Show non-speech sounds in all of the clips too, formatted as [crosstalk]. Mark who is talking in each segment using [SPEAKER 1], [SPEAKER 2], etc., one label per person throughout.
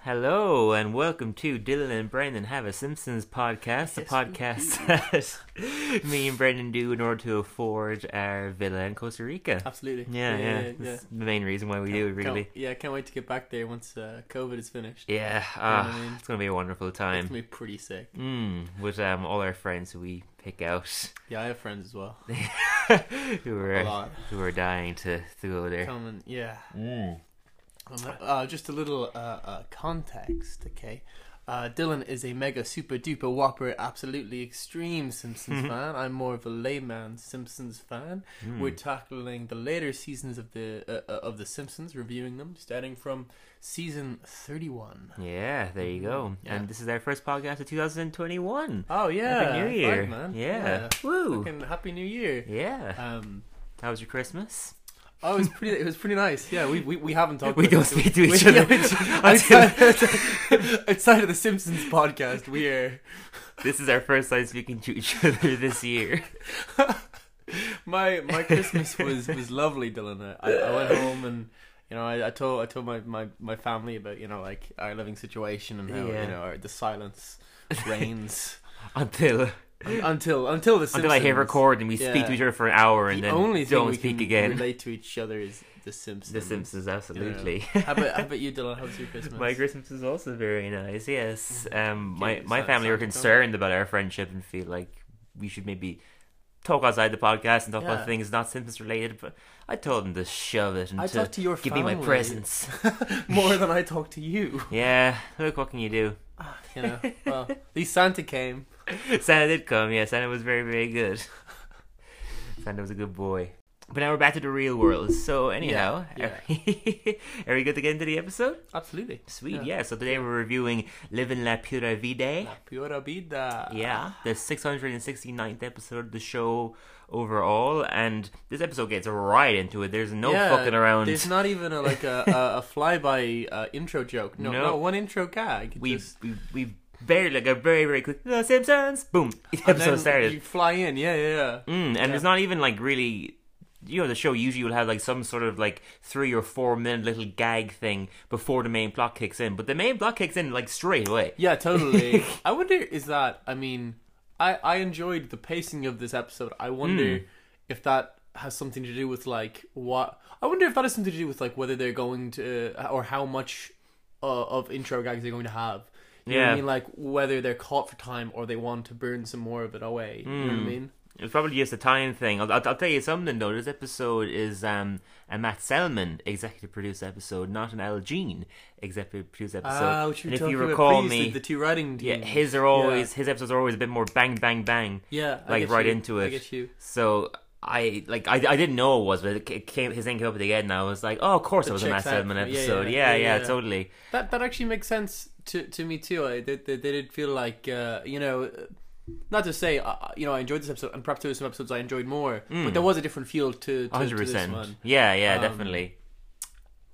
[SPEAKER 1] Hello and welcome to Dylan and Brandon Have a Simpsons podcast, the
[SPEAKER 2] Yes,
[SPEAKER 1] podcast that [laughs] me and Brandon do in order to afford our villa in Costa Rica.
[SPEAKER 2] Absolutely.
[SPEAKER 1] Yeah, yeah,
[SPEAKER 2] Uh, yeah.
[SPEAKER 1] That's the main reason why we do it,
[SPEAKER 2] Can't-
[SPEAKER 1] really.
[SPEAKER 2] yeah, can't wait to get back there once uh, COVID is finished.
[SPEAKER 1] Yeah,
[SPEAKER 2] know
[SPEAKER 1] ah,
[SPEAKER 2] what I mean?
[SPEAKER 1] it's gonna be a wonderful
[SPEAKER 2] It's
[SPEAKER 1] time.
[SPEAKER 2] gonna be pretty sick.
[SPEAKER 1] Mm, with um, all our friends who we pick out, [laughs]
[SPEAKER 2] Yeah, I have friends as well.
[SPEAKER 1] who
[SPEAKER 2] A
[SPEAKER 1] are
[SPEAKER 2] lot.
[SPEAKER 1] who are dying to, to go there.
[SPEAKER 2] Come and yeah.
[SPEAKER 1] Mm.
[SPEAKER 2] Um, uh, just a little uh, uh, context, okay? Uh, Dylan is a mega super duper whopper, absolutely extreme Simpsons
[SPEAKER 1] Mm-hmm.
[SPEAKER 2] fan. I'm more of a layman Simpsons fan.
[SPEAKER 1] Hmm.
[SPEAKER 2] We're tackling the later seasons of the uh, uh, of the Simpsons, reviewing them, starting from season 31.
[SPEAKER 1] Yeah, there you go.
[SPEAKER 2] Mm-hmm, Yeah.
[SPEAKER 1] And this is our first podcast of 2021.
[SPEAKER 2] Oh yeah,
[SPEAKER 1] Happy New Year,
[SPEAKER 2] Fuck, man!
[SPEAKER 1] Yeah. woo,
[SPEAKER 2] Fucking happy New Year.
[SPEAKER 1] yeah.
[SPEAKER 2] Um,
[SPEAKER 1] How was your Christmas?
[SPEAKER 2] oh, it was pretty. It was pretty nice. Yeah, we we, we haven't
[SPEAKER 1] [laughs]
[SPEAKER 2] talked.
[SPEAKER 1] We
[SPEAKER 2] about
[SPEAKER 1] don't
[SPEAKER 2] it.
[SPEAKER 1] speak to each
[SPEAKER 2] [laughs] We-
[SPEAKER 1] other. [laughs]
[SPEAKER 2] outside, outside [laughs] of the Simpsons podcast, we are. [laughs]
[SPEAKER 1] This is our first time speaking to each other [laughs] this
[SPEAKER 2] [laughs]
[SPEAKER 1] year.
[SPEAKER 2] My my Christmas was was lovely, Dylan. I, I went home and. You know, I, I told I told my, my, my family about you know like our living situation and how
[SPEAKER 1] Yeah.
[SPEAKER 2] you know our,
[SPEAKER 1] [laughs]
[SPEAKER 2] the silence reigns
[SPEAKER 1] Until
[SPEAKER 2] Un- until until the Simpsons.
[SPEAKER 1] until I hit record and we speak
[SPEAKER 2] Yeah.
[SPEAKER 1] to each other for an hour and
[SPEAKER 2] the
[SPEAKER 1] then
[SPEAKER 2] only thing
[SPEAKER 1] don't
[SPEAKER 2] we
[SPEAKER 1] speak
[SPEAKER 2] can
[SPEAKER 1] again.
[SPEAKER 2] relate to each other is the
[SPEAKER 1] [laughs]
[SPEAKER 2] Simpsons.
[SPEAKER 1] The Simpsons, absolutely.
[SPEAKER 2] [laughs] how about how
[SPEAKER 1] [laughs]
[SPEAKER 2] about you, Dylan? How was your Christmas?
[SPEAKER 1] My Christmas was also very nice. Yes,
[SPEAKER 2] Mm-hmm.
[SPEAKER 1] um, my
[SPEAKER 2] Okay,
[SPEAKER 1] my
[SPEAKER 2] so-
[SPEAKER 1] family were
[SPEAKER 2] sounds good.
[SPEAKER 1] concerned about our friendship and feel like we should maybe talk outside the podcast and talk
[SPEAKER 2] Yeah.
[SPEAKER 1] about things not Simpsons related. But I told them to shove it and
[SPEAKER 2] I
[SPEAKER 1] to
[SPEAKER 2] talked to your
[SPEAKER 1] give
[SPEAKER 2] family
[SPEAKER 1] me my presents.
[SPEAKER 2] [laughs] more than I talk to you. Ah,
[SPEAKER 1] yeah, look what can you do?
[SPEAKER 2] You know,
[SPEAKER 1] [laughs]
[SPEAKER 2] well, at least Santa came.
[SPEAKER 1] Santa did come, yeah. Santa was very, very good. [laughs] Santa was a good boy. But now we're back to the real world. So anyhow,
[SPEAKER 2] Yeah,
[SPEAKER 1] Are, [laughs] are we good to get into the episode?
[SPEAKER 2] Absolutely.
[SPEAKER 1] Sweet, yeah.
[SPEAKER 2] Yeah.
[SPEAKER 1] So today we're reviewing "Living La Pura Vida."
[SPEAKER 2] La Piora vida.
[SPEAKER 1] Eh. Yeah, the 669th episode of the show overall, and this episode gets right into it. There's no
[SPEAKER 2] Yeah,
[SPEAKER 1] fucking around.
[SPEAKER 2] There's not even a, like a, a, a flyby uh, intro joke.
[SPEAKER 1] [laughs]
[SPEAKER 2] No,
[SPEAKER 1] No.
[SPEAKER 2] no, one intro gag. It
[SPEAKER 1] we,
[SPEAKER 2] just-
[SPEAKER 1] we we very like a very very quick The Simpsons. Boom, [laughs]
[SPEAKER 2] and
[SPEAKER 1] episode
[SPEAKER 2] then
[SPEAKER 1] started.
[SPEAKER 2] You fly in. Yeah, yeah, yeah.
[SPEAKER 1] Mm, and
[SPEAKER 2] Yeah.
[SPEAKER 1] it's not even like really. You know, the show usually will have like some sort of like three or four minute little gag thing before the main plot kicks in, but the main plot kicks in like straight away. [laughs]
[SPEAKER 2] Yeah, totally. I wonder is that I mean, I I enjoyed the pacing of this episode. I wonder
[SPEAKER 1] Hmm.
[SPEAKER 2] if that has something to do with like what I wonder if that has something to do with like whether they're going to or how much uh, of intro gags they're going to have. You know what
[SPEAKER 1] Yeah.
[SPEAKER 2] I mean like whether they're caught for time or they want to burn some more of it away. You know what I
[SPEAKER 1] Hmm.
[SPEAKER 2] mean?
[SPEAKER 1] It's probably just a time thing. I'll, I'll, I'll tell you something though. This episode is um a Matt Selman executive produced episode, not an Al Jean executive produced episode.
[SPEAKER 2] Ah, which you're
[SPEAKER 1] and if
[SPEAKER 2] talking
[SPEAKER 1] you
[SPEAKER 2] about,
[SPEAKER 1] recall
[SPEAKER 2] please,
[SPEAKER 1] me,
[SPEAKER 2] the, the two writing
[SPEAKER 1] yeah,
[SPEAKER 2] teams.
[SPEAKER 1] his are always his episodes are always a bit more bang bang bang.
[SPEAKER 2] yeah, I
[SPEAKER 1] like,
[SPEAKER 2] get
[SPEAKER 1] right
[SPEAKER 2] you.
[SPEAKER 1] into
[SPEAKER 2] I
[SPEAKER 1] it.
[SPEAKER 2] get you.
[SPEAKER 1] So I like I, I didn't know it was, but it ca- it came his name came up at the end, and I was like, oh, of course it,
[SPEAKER 2] It
[SPEAKER 1] was a Matt
[SPEAKER 2] checks out.
[SPEAKER 1] Selman
[SPEAKER 2] Yeah, yeah,
[SPEAKER 1] episode.
[SPEAKER 2] yeah,
[SPEAKER 1] Yeah yeah,
[SPEAKER 2] yeah, yeah.
[SPEAKER 1] totally.
[SPEAKER 2] That that actually makes sense to to me too. I, they, they, they did feel like uh, you know, not to say uh, you know I enjoyed this episode, and perhaps there were some episodes I enjoyed more,
[SPEAKER 1] Mm.
[SPEAKER 2] but there was a different feel to to,
[SPEAKER 1] Hundred
[SPEAKER 2] to this
[SPEAKER 1] percent.
[SPEAKER 2] one
[SPEAKER 1] Yeah, yeah,
[SPEAKER 2] Um,
[SPEAKER 1] definitely.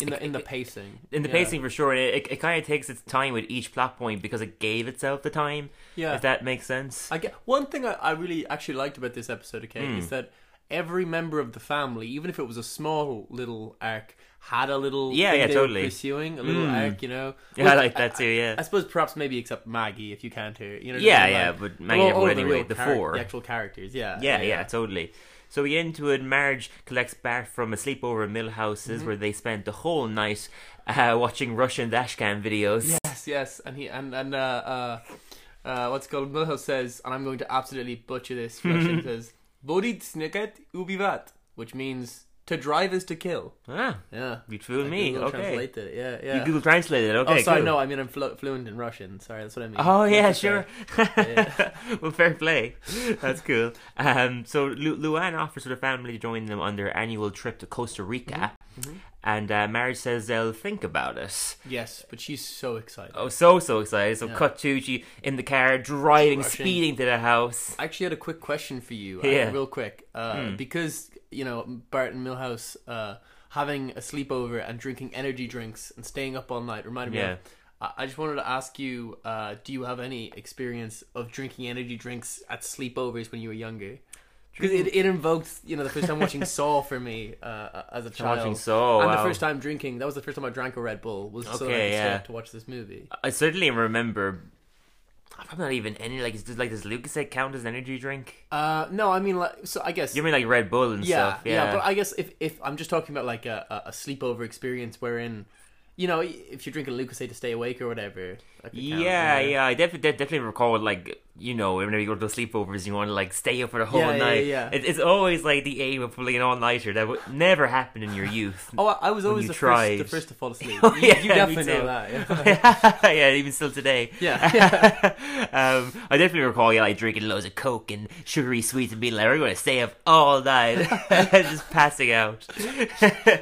[SPEAKER 2] in the in the pacing.
[SPEAKER 1] In the
[SPEAKER 2] Yeah.
[SPEAKER 1] pacing for sure, it, it, it kind of takes its time with each plot point because it gave itself the time.
[SPEAKER 2] yeah.
[SPEAKER 1] If that makes sense.
[SPEAKER 2] I get one thing I, I really actually liked about this episode. Okay,
[SPEAKER 1] Mm.
[SPEAKER 2] is that every member of the family, even if it was a small little arc, had a little
[SPEAKER 1] Yeah,
[SPEAKER 2] thing
[SPEAKER 1] yeah,
[SPEAKER 2] they were
[SPEAKER 1] totally.
[SPEAKER 2] pursuing a little
[SPEAKER 1] Mm.
[SPEAKER 2] arc. You know,
[SPEAKER 1] [laughs] [laughs] Yeah, I like that too, yeah.
[SPEAKER 2] I, suppose perhaps maybe except Maggie, if you can't hear. You know, what I
[SPEAKER 1] yeah,
[SPEAKER 2] mean?
[SPEAKER 1] yeah,
[SPEAKER 2] Like,
[SPEAKER 1] but
[SPEAKER 2] Well,
[SPEAKER 1] Maggie
[SPEAKER 2] all
[SPEAKER 1] would
[SPEAKER 2] of the
[SPEAKER 1] anyway.
[SPEAKER 2] real
[SPEAKER 1] The
[SPEAKER 2] charac-
[SPEAKER 1] four.
[SPEAKER 2] the actual characters. Yeah,
[SPEAKER 1] Yeah, yeah, totally. So we get into it. Marge collects Bart from a sleepover at Mill Houses
[SPEAKER 2] Mm-hmm.
[SPEAKER 1] where they spent the whole night uh, watching Russian dashcam videos.
[SPEAKER 2] Yes, yes, and he and and uh, uh, uh, what's it called Milhouse says, and I'm going to absolutely butcher
[SPEAKER 1] [laughs]
[SPEAKER 2] this. Russian says, "Bodit snicket ubivat," which means to drive is to kill.
[SPEAKER 1] Ah,
[SPEAKER 2] Yeah,
[SPEAKER 1] you fooled
[SPEAKER 2] I
[SPEAKER 1] me.
[SPEAKER 2] Google
[SPEAKER 1] Okay.
[SPEAKER 2] translated it. Yeah, yeah.
[SPEAKER 1] You Google translated it.
[SPEAKER 2] oh,
[SPEAKER 1] Okay.
[SPEAKER 2] sorry,
[SPEAKER 1] cool.
[SPEAKER 2] no, I mean I'm flu- fluent in Russian. Sorry, that's what I mean.
[SPEAKER 1] Oh yeah,
[SPEAKER 2] That's
[SPEAKER 1] sure.
[SPEAKER 2] okay. Yeah.
[SPEAKER 1] [laughs] well, fair play. That's cool. Um, so Lu- Luann offers her family to join them on their annual trip to Costa Rica,
[SPEAKER 2] Mm-hmm.
[SPEAKER 1] and uh, Marge says they'll think about it.
[SPEAKER 2] Yes, but she's so excited.
[SPEAKER 1] I was so so excited. So
[SPEAKER 2] Yeah.
[SPEAKER 1] cut to she in the car driving,
[SPEAKER 2] Rushing.
[SPEAKER 1] speeding to the house.
[SPEAKER 2] I actually had a quick question for you, uh,
[SPEAKER 1] Yeah. Hmm.
[SPEAKER 2] real quick, uh, because you know Bart and Milhouse uh, having a sleepover and drinking energy drinks and staying up all night reminded me.
[SPEAKER 1] Yeah.
[SPEAKER 2] Of, I I just wanted to ask you: uh, Do you have any experience of drinking energy drinks at sleepovers when you were younger? because it, it invoked you know the first time watching Saw for me uh, as a child.
[SPEAKER 1] Watching Saw,
[SPEAKER 2] and
[SPEAKER 1] wow.
[SPEAKER 2] the first time drinking. That was the first time I drank a Red Bull. Was so that I
[SPEAKER 1] Okay,
[SPEAKER 2] could stay
[SPEAKER 1] yeah.
[SPEAKER 2] up to watch this movie.
[SPEAKER 1] I certainly remember. I'm probably not even any like. Does like does Lucasade count as an energy drink?
[SPEAKER 2] Uh, no, I mean like so. I guess
[SPEAKER 1] You mean like Red Bull and
[SPEAKER 2] yeah,
[SPEAKER 1] stuff?
[SPEAKER 2] yeah,
[SPEAKER 1] Yeah,
[SPEAKER 2] But I guess if if I'm just talking about like a, a a sleepover experience wherein. You know, if you're drinking Lucasade to stay awake or whatever. that could count,
[SPEAKER 1] yeah, yeah. I definitely definitely recall like you know whenever you go to sleepovers, you want to like stay up for the whole
[SPEAKER 2] Yeah, yeah,
[SPEAKER 1] night.
[SPEAKER 2] yeah.
[SPEAKER 1] It, it's always like the aim of pulling an all nighter that would never happen in your
[SPEAKER 2] [laughs]
[SPEAKER 1] youth. [laughs]
[SPEAKER 2] Oh, I I was
[SPEAKER 1] When
[SPEAKER 2] always
[SPEAKER 1] you
[SPEAKER 2] the
[SPEAKER 1] tried.
[SPEAKER 2] first, the first to fall
[SPEAKER 1] [laughs]
[SPEAKER 2] asleep.
[SPEAKER 1] Oh,
[SPEAKER 2] you,
[SPEAKER 1] yeah,
[SPEAKER 2] you
[SPEAKER 1] me
[SPEAKER 2] definitely
[SPEAKER 1] too. [laughs]
[SPEAKER 2] know that. Yeah.
[SPEAKER 1] yeah, even still today.
[SPEAKER 2] Yeah.
[SPEAKER 1] [laughs] um, I definitely recall yeah, like drinking loads of coke and sugary sweets and being like, "We're going to stay up all
[SPEAKER 2] [laughs]
[SPEAKER 1] night," [laughs] just passing out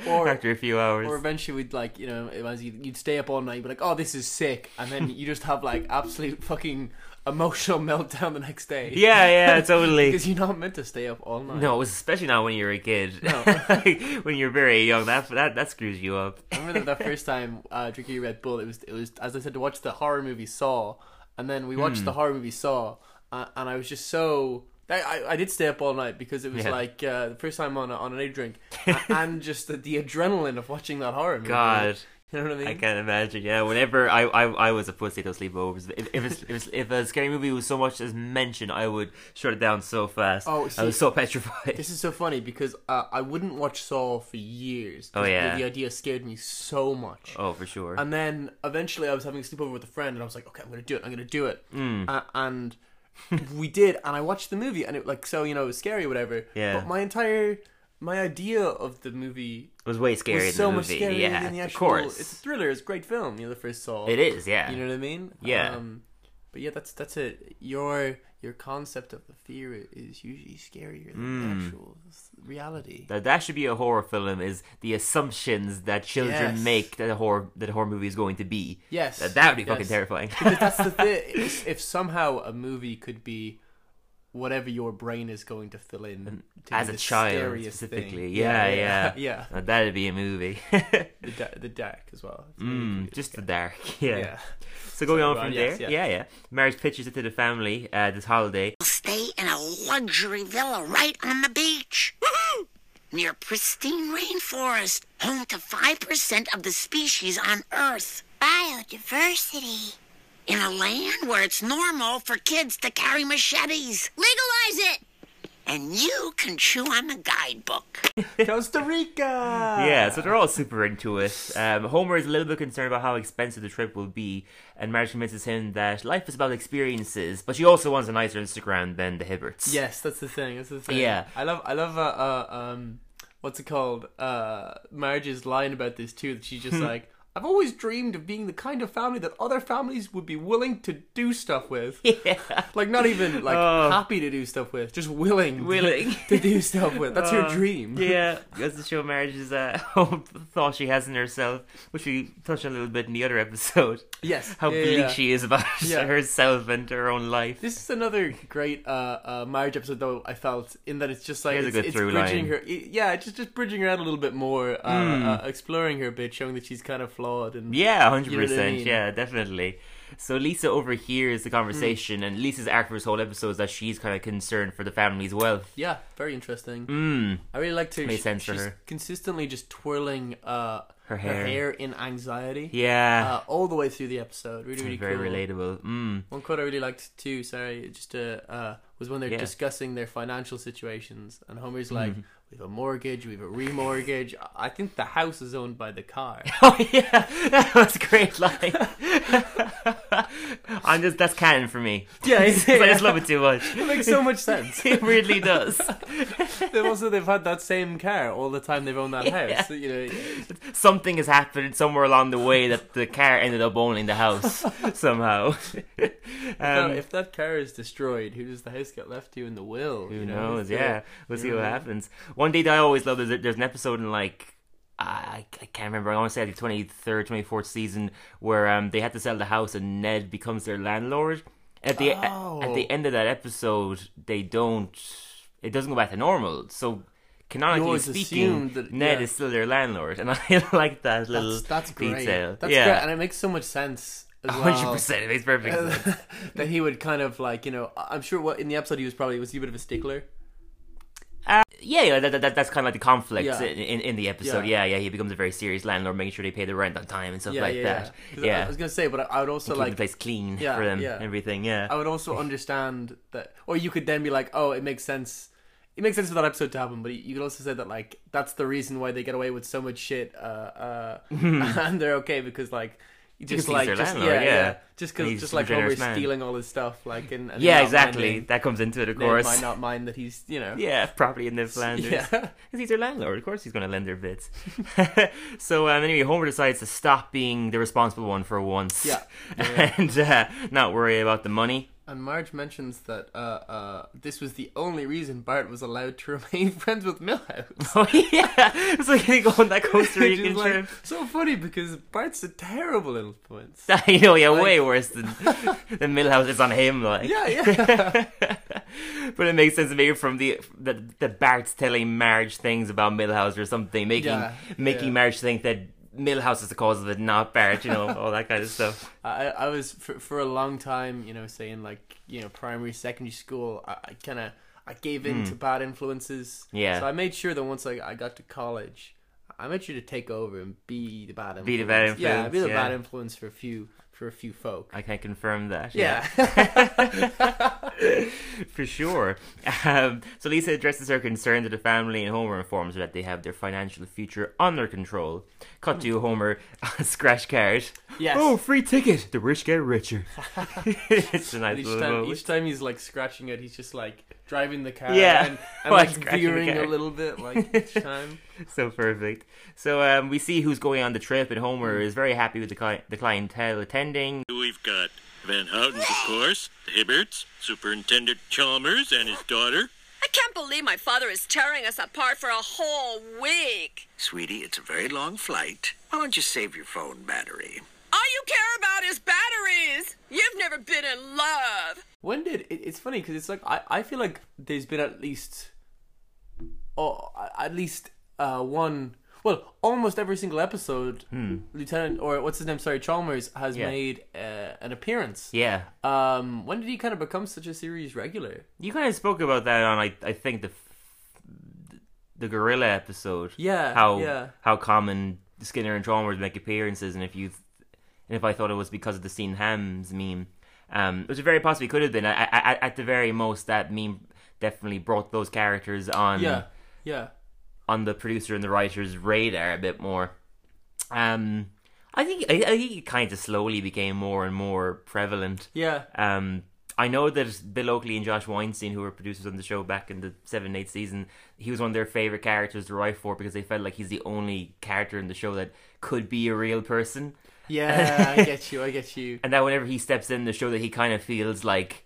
[SPEAKER 2] Or-
[SPEAKER 1] [laughs] after a few hours.
[SPEAKER 2] Or eventually, we'd like you know, as you'd, you'd stay up all night, you'd be like, "Oh, this is sick," and then you just have like absolute fucking emotional [laughs] meltdown the next day.
[SPEAKER 1] yeah,
[SPEAKER 2] [laughs]
[SPEAKER 1] yeah, totally.
[SPEAKER 2] because you're not meant to stay up all night.
[SPEAKER 1] No, it was especially not when you're a kid.
[SPEAKER 2] No.
[SPEAKER 1] [laughs] when you're very young, that that that screws you up.
[SPEAKER 2] I remember that first time uh, drinking Red Bull. It was it was as I said to watch the horror movie Saw, and then we watched
[SPEAKER 1] Hmm.
[SPEAKER 2] the horror movie Saw, uh, and I was just so. I, I, I did stay up all night because it was
[SPEAKER 1] Yeah.
[SPEAKER 2] like uh, the first time on a, on an egg drink,
[SPEAKER 1] [laughs]
[SPEAKER 2] a- and just the, the adrenaline of watching that horror movie.
[SPEAKER 1] God,
[SPEAKER 2] you know what I mean?
[SPEAKER 1] I can't imagine. Yeah, whenever I, I, I was a pussy to sleepovers. If if, it's, if, it's, if a scary movie was so much as mentioned, I would shut it down so fast.
[SPEAKER 2] Oh,
[SPEAKER 1] I
[SPEAKER 2] see-
[SPEAKER 1] was so petrified.
[SPEAKER 2] This is so funny because uh, I wouldn't watch Saw for years. 'cause
[SPEAKER 1] Oh, yeah.
[SPEAKER 2] the, the idea scared me so much.
[SPEAKER 1] [laughs] Oh, for sure.
[SPEAKER 2] And then eventually, I was having a sleepover with a friend, and I was like, "Okay, I'm gonna do it. I'm gonna do it."
[SPEAKER 1] Hmm.
[SPEAKER 2] Uh, and we did, and I watched the movie, and it like so you know it was scary, or whatever.
[SPEAKER 1] Yeah.
[SPEAKER 2] But my entire my idea of the movie
[SPEAKER 1] It was way scarier
[SPEAKER 2] was
[SPEAKER 1] than
[SPEAKER 2] so
[SPEAKER 1] the
[SPEAKER 2] much
[SPEAKER 1] movie.
[SPEAKER 2] scarier
[SPEAKER 1] yeah,
[SPEAKER 2] than the
[SPEAKER 1] of
[SPEAKER 2] actual.
[SPEAKER 1] course.
[SPEAKER 2] It's a thriller. It's a great film. You know, the first Saw.
[SPEAKER 1] It is, yeah.
[SPEAKER 2] You know what I mean?
[SPEAKER 1] Yeah.
[SPEAKER 2] Um, but yeah, that's that's it. Your your concept of the fear i- is usually scarier than the actual s- reality.
[SPEAKER 1] Hmm. that that should be a horror film is the assumptions that children
[SPEAKER 2] Yes.
[SPEAKER 1] make that a horror that a horror movie is going to be.
[SPEAKER 2] Yes.
[SPEAKER 1] That, that would be fucking
[SPEAKER 2] Yes.
[SPEAKER 1] terrifying.
[SPEAKER 2] Because that's the thing. If, if somehow a movie could be whatever your brain is going to fill in
[SPEAKER 1] [laughs]
[SPEAKER 2] to
[SPEAKER 1] As
[SPEAKER 2] be
[SPEAKER 1] a
[SPEAKER 2] the
[SPEAKER 1] child,
[SPEAKER 2] scariest thing.
[SPEAKER 1] specifically. Yeah, yeah.
[SPEAKER 2] [laughs] yeah.
[SPEAKER 1] Now, that'd be a movie. [laughs]
[SPEAKER 2] The, da- the dark as well. It's really
[SPEAKER 1] Mm,
[SPEAKER 2] confusing.
[SPEAKER 1] just the dark. [laughs] Yeah.
[SPEAKER 2] yeah. [laughs]
[SPEAKER 1] So going on
[SPEAKER 2] Sorry,
[SPEAKER 1] from
[SPEAKER 2] Ron, uh, yes,
[SPEAKER 1] there, yeah, yeah. Marriage pitches it to the family uh, this holiday.
[SPEAKER 3] stay in a luxury villa right on the beach. Woohoo! Near pristine rainforest, home to 5% of the species on Earth. Biodiversity. In a land where it's normal for kids to carry machetes. Legalize it! And you can chew on the guidebook.
[SPEAKER 2] Costa Rica.
[SPEAKER 1] Yeah, so they're all super into it. Um, Homer is a little bit concerned about how expensive the trip will be, and Marge convinces him that life is about experiences, but she also wants a nicer Instagram than the Hibberts.
[SPEAKER 2] Yes, that's the thing. That's the thing.
[SPEAKER 1] Yeah.
[SPEAKER 2] I love. I love. Uh, uh um, what's it called? Uh, marriage's line about this too. That she's just
[SPEAKER 1] Hmm.
[SPEAKER 2] like. I've always dreamed of being the kind of family that other families would be willing to do stuff with.
[SPEAKER 1] [laughs] [laughs] Yeah.
[SPEAKER 2] Like not even
[SPEAKER 1] [laughs]
[SPEAKER 2] like
[SPEAKER 1] Oh.
[SPEAKER 2] happy to do stuff with, just willing,
[SPEAKER 1] Willing.
[SPEAKER 2] [laughs] to do stuff with. That's
[SPEAKER 1] [laughs]
[SPEAKER 2] your
[SPEAKER 1] Uh,
[SPEAKER 2] dream.
[SPEAKER 1] yeah, goes to show marriage's uh, [laughs] own thought she has in herself, which we touched on a little bit in the other episode.
[SPEAKER 2] Yes.
[SPEAKER 1] How
[SPEAKER 2] yeah,
[SPEAKER 1] bleak
[SPEAKER 2] yeah.
[SPEAKER 1] she is about [laughs]
[SPEAKER 2] Yeah.
[SPEAKER 1] herself and her own life.
[SPEAKER 2] This is another great uh, uh, marriage episode, though. I felt in that it's just like
[SPEAKER 1] Here's a
[SPEAKER 2] it's,
[SPEAKER 1] good
[SPEAKER 2] it's
[SPEAKER 1] through line.
[SPEAKER 2] bridging
[SPEAKER 1] Hmm.
[SPEAKER 2] her. i- Yeah, it's just just bridging her out a little bit more, uh, uh, exploring her a bit, showing that she's kind of flawed and
[SPEAKER 1] Yeah, hundred
[SPEAKER 2] You know what I
[SPEAKER 1] percent.
[SPEAKER 2] mean?
[SPEAKER 1] Yeah, definitely. So Lisa overhears the conversation, and Lisa's arc for this whole episode is that she's kind of concerned for the family's wealth.
[SPEAKER 2] Yeah, very interesting.
[SPEAKER 1] Mm.
[SPEAKER 2] I really liked her.
[SPEAKER 1] Made
[SPEAKER 2] She-
[SPEAKER 1] sense for
[SPEAKER 2] she's
[SPEAKER 1] her.
[SPEAKER 2] consistently just twirling uh,
[SPEAKER 1] Her hair.
[SPEAKER 2] in anxiety.
[SPEAKER 1] Yeah,
[SPEAKER 2] Uh, all the way through the episode, really, really
[SPEAKER 1] very
[SPEAKER 2] cool.
[SPEAKER 1] relatable. Mm.
[SPEAKER 2] One quote I really liked too. Sorry, it just uh, uh was when they're
[SPEAKER 1] Yeah.
[SPEAKER 2] discussing their financial situations, and Homer's like, "We have a mortgage, we have a remortgage. I- I think the house is owned by the car."
[SPEAKER 1] [laughs] Oh yeah, [laughs] that was a great line. [laughs] I'm just that's canon for me.
[SPEAKER 2] [laughs]
[SPEAKER 1] [laughs]
[SPEAKER 2] Yeah,
[SPEAKER 1] I just
[SPEAKER 2] [laughs]
[SPEAKER 1] love it too much. [laughs]
[SPEAKER 2] It makes so much sense.
[SPEAKER 1] It really does.
[SPEAKER 2] They've also they've had that same car all the time they've owned that house. You [laughs] know,
[SPEAKER 1] Something has happened somewhere along the way that the car ended up owning the house [laughs] somehow.
[SPEAKER 2] Now,
[SPEAKER 1] Um,
[SPEAKER 2] if that car is destroyed, who does the house get left to in the will?
[SPEAKER 1] Who
[SPEAKER 2] you know?
[SPEAKER 1] knows?
[SPEAKER 2] Is there-
[SPEAKER 1] Yeah, we'll see
[SPEAKER 2] you
[SPEAKER 1] what
[SPEAKER 2] know?
[SPEAKER 1] happens. One date I always love. There's, a, there's an episode in like I, I can't remember. I want to say like the twenty third, twenty fourth season where um they had to sell the house and Ned becomes their landlord. At the
[SPEAKER 2] Oh.
[SPEAKER 1] at the end of that episode, they don't. It doesn't go back to normal. So. Canonically
[SPEAKER 2] always
[SPEAKER 1] speaking,
[SPEAKER 2] assumed that-
[SPEAKER 1] Ned
[SPEAKER 2] yeah.
[SPEAKER 1] is still their landlord, and [laughs] I like that little
[SPEAKER 2] That's, that's great.
[SPEAKER 1] detail.
[SPEAKER 2] That's
[SPEAKER 1] yeah,
[SPEAKER 2] great, and it makes so much sense. As
[SPEAKER 1] [laughs] hundred
[SPEAKER 2] well. [laughs]
[SPEAKER 1] percent. It makes perfect sense.
[SPEAKER 2] that he would kind of like you know I- I'm sure what in the episode he was probably was he a bit of a stickler
[SPEAKER 1] Uh, yeah, yeah that, that, that's kind of like the conflict
[SPEAKER 2] Yeah.
[SPEAKER 1] in, in, in the episode. Yeah.
[SPEAKER 2] Yeah.
[SPEAKER 1] yeah, he becomes a very serious landlord, making sure they pay the rent on time and stuff
[SPEAKER 2] yeah,
[SPEAKER 1] like
[SPEAKER 2] yeah,
[SPEAKER 1] that.
[SPEAKER 2] yeah. 'Cause I- I
[SPEAKER 1] Yeah,
[SPEAKER 2] was gonna say, but I, I would also
[SPEAKER 1] keeping the
[SPEAKER 2] like
[SPEAKER 1] place clean
[SPEAKER 2] Yeah,
[SPEAKER 1] for them,
[SPEAKER 2] yeah.
[SPEAKER 1] everything. Yeah,
[SPEAKER 2] I would also understand that, or you could then be like, oh, it makes sense. It makes sense for that episode to happen, but you could also say that like that's the reason why they get away with so much shit, uh, uh,
[SPEAKER 1] [laughs]
[SPEAKER 2] and they're okay because like you just
[SPEAKER 1] he's
[SPEAKER 2] like
[SPEAKER 1] their
[SPEAKER 2] just
[SPEAKER 1] landlord,
[SPEAKER 2] yeah,
[SPEAKER 1] yeah.
[SPEAKER 2] yeah just
[SPEAKER 1] And
[SPEAKER 2] because
[SPEAKER 1] he's
[SPEAKER 2] just
[SPEAKER 1] a
[SPEAKER 2] like
[SPEAKER 1] generous
[SPEAKER 2] Homer's
[SPEAKER 1] man.
[SPEAKER 2] stealing all his stuff like and, and
[SPEAKER 1] yeah,
[SPEAKER 2] not
[SPEAKER 1] exactly.
[SPEAKER 2] minding.
[SPEAKER 1] That comes into it, of
[SPEAKER 2] They
[SPEAKER 1] course.
[SPEAKER 2] might not mind that he's you know
[SPEAKER 1] [laughs] Yeah, property in Newfoundlanders.
[SPEAKER 2] [laughs] Yeah.
[SPEAKER 1] Because he's their landlord. Of course he's going to lend their
[SPEAKER 2] [laughs]
[SPEAKER 1] bits. [laughs] so um, anyway, Homer decides to stop being the responsible one for once. [laughs]
[SPEAKER 2] Yeah.
[SPEAKER 1] and uh, not worry about the money. [laughs]
[SPEAKER 2] And Marge mentions that uh, uh, this was the only reason Bart was allowed to [laughs] remain friends with Millhouse.
[SPEAKER 1] Oh, yeah. It's like they go on that
[SPEAKER 2] [laughs]
[SPEAKER 1] Costa
[SPEAKER 2] Which
[SPEAKER 1] Rican
[SPEAKER 2] is like
[SPEAKER 1] trip.
[SPEAKER 2] so funny because Bart's a terrible influence.
[SPEAKER 1] [laughs] you know, yeah, way worse than [laughs] than Millhouse is on him, like.
[SPEAKER 2] [laughs] Yeah,
[SPEAKER 1] [laughs]
[SPEAKER 2] yeah.
[SPEAKER 1] But it makes sense to make it from the the, the Bart's telling Marge things about Millhouse or something, making
[SPEAKER 2] Yeah,
[SPEAKER 1] making
[SPEAKER 2] yeah.
[SPEAKER 1] Marge think that Millhouse is the cause of it, not Bart. You know,
[SPEAKER 2] [laughs]
[SPEAKER 1] all that kind of stuff.
[SPEAKER 2] I, I was for, for a long time, you know, saying like, you know, primary, secondary school, I, I kind of I gave in to bad influences.
[SPEAKER 1] Hmm. Yeah.
[SPEAKER 2] So I made sure that once I, I got to college, I made sure to take over and be the bad influence.
[SPEAKER 1] Be the bad
[SPEAKER 2] Yeah, be the
[SPEAKER 1] influence, yeah.
[SPEAKER 2] bad influence for a few for a few folk.
[SPEAKER 1] I can confirm that.
[SPEAKER 2] Yeah.
[SPEAKER 1] [laughs] for sure. Um, so Lisa addresses her concern to the family, and Homer informs her that they have their financial future under control. Cut to Homer [laughs] on a scratch card.
[SPEAKER 2] [laughs] Yes.
[SPEAKER 1] Oh, free ticket! The rich get [laughs] richer. it's a nice
[SPEAKER 2] each
[SPEAKER 1] little
[SPEAKER 2] time,
[SPEAKER 1] moment.
[SPEAKER 2] each time he's like scratching it, he's just like driving the car.
[SPEAKER 1] Yeah.
[SPEAKER 2] And, and
[SPEAKER 1] [laughs] While
[SPEAKER 2] like
[SPEAKER 1] scratching the
[SPEAKER 2] veering a
[SPEAKER 1] car.
[SPEAKER 2] little bit,
[SPEAKER 1] [laughs]
[SPEAKER 2] like each time.
[SPEAKER 1] so perfect. So um, we see who's going on the trip, and Homer
[SPEAKER 2] Mm-hmm.
[SPEAKER 1] is very happy with the, cli- the clientele attending.
[SPEAKER 4] Who We've got Van Houten, of course, the Hibberts, Superintendent Chalmers and his daughter.
[SPEAKER 5] I can't believe my father is tearing us apart for a whole week.
[SPEAKER 6] Sweetie, it's a very long flight. Why don't you save your phone battery?
[SPEAKER 5] All you care about is batteries. You've never been in love.
[SPEAKER 2] When did it, it's funny because it's like I, I feel like there's been at least, oh, at least uh one well almost every single episode Lieutenant or what's his name sorry Chalmers has
[SPEAKER 1] Hmm. Yeah.
[SPEAKER 2] made uh, an appearance.
[SPEAKER 1] Yeah,
[SPEAKER 2] Um, when did he kind of become such a series regular?
[SPEAKER 1] you kind of spoke about that on, I, I think the f- the gorilla episode.
[SPEAKER 2] Yeah,
[SPEAKER 1] how
[SPEAKER 2] yeah.
[SPEAKER 1] how common Skinner and Chalmers make appearances, and if you and if I thought it was because of the Steen Hams meme, um, which it very possibly could have been. I, I, I, at the very most, that meme definitely brought those characters on
[SPEAKER 2] Yeah, yeah.
[SPEAKER 1] on the producer and the writer's radar a bit more. Um, I think I, I think it kind of slowly became more and more prevalent.
[SPEAKER 2] Yeah,
[SPEAKER 1] Um, I know that Bill Oakley and Josh Weinstein, who were producers on the show back in the seven eight season, he was one of their favorite characters to write for because they felt like he's the only character in the show that could be a real person, [laughs]
[SPEAKER 2] yeah. I get you. I get you.
[SPEAKER 1] and that whenever he steps in the show, that he kind of feels like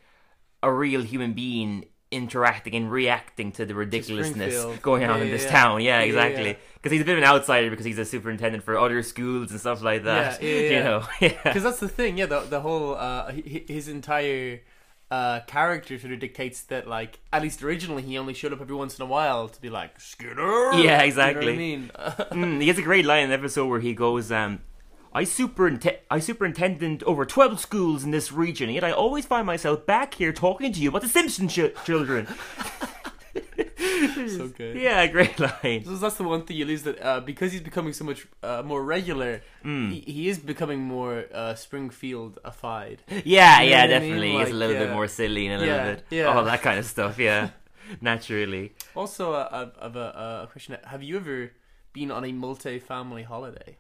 [SPEAKER 1] a real human being interacting and reacting to the ridiculousness
[SPEAKER 2] Springfield.
[SPEAKER 1] going on
[SPEAKER 2] Yeah,
[SPEAKER 1] in this
[SPEAKER 2] yeah, yeah.
[SPEAKER 1] town. Yeah,
[SPEAKER 2] Yeah, yeah,
[SPEAKER 1] exactly.
[SPEAKER 2] yeah.
[SPEAKER 1] Because he's a bit of an outsider because he's a superintendent for other schools and stuff like that.
[SPEAKER 2] Yeah, yeah, yeah.
[SPEAKER 1] You know, [laughs] yeah.
[SPEAKER 2] Because that's the thing, yeah. The the whole uh, hi- hi- his entire uh, character sort of dictates that, like, at least originally, he only showed up every once in a while to be like Skinner.
[SPEAKER 1] Yeah,
[SPEAKER 2] You know what
[SPEAKER 1] exactly. [laughs]
[SPEAKER 2] I mean?
[SPEAKER 1] Mm, he has a great line in the episode where he goes, um, I, superintend- I superintendent over 12 schools in this region, yet I always find myself back here talking to you about the Simpson ch-
[SPEAKER 2] [laughs]
[SPEAKER 1] children.
[SPEAKER 2] so good.
[SPEAKER 1] yeah, great [laughs] line.
[SPEAKER 2] So that's the one thing you lose that uh, because he's becoming so much uh, more regular,
[SPEAKER 1] Mm.
[SPEAKER 2] he, he is becoming more uh, Springfield-ified. [gasps]
[SPEAKER 1] Yeah,
[SPEAKER 2] You know
[SPEAKER 1] yeah,
[SPEAKER 2] what I mean?
[SPEAKER 1] definitely. it's a
[SPEAKER 2] Like,
[SPEAKER 1] little bit
[SPEAKER 2] yeah.
[SPEAKER 1] more silly and a
[SPEAKER 2] Yeah,
[SPEAKER 1] little bit
[SPEAKER 2] yeah.
[SPEAKER 1] all that kind of stuff,
[SPEAKER 2] [laughs]
[SPEAKER 1] yeah. Naturally.
[SPEAKER 2] Also, uh, of, of a, a question: Have you ever been on a multi-family holiday?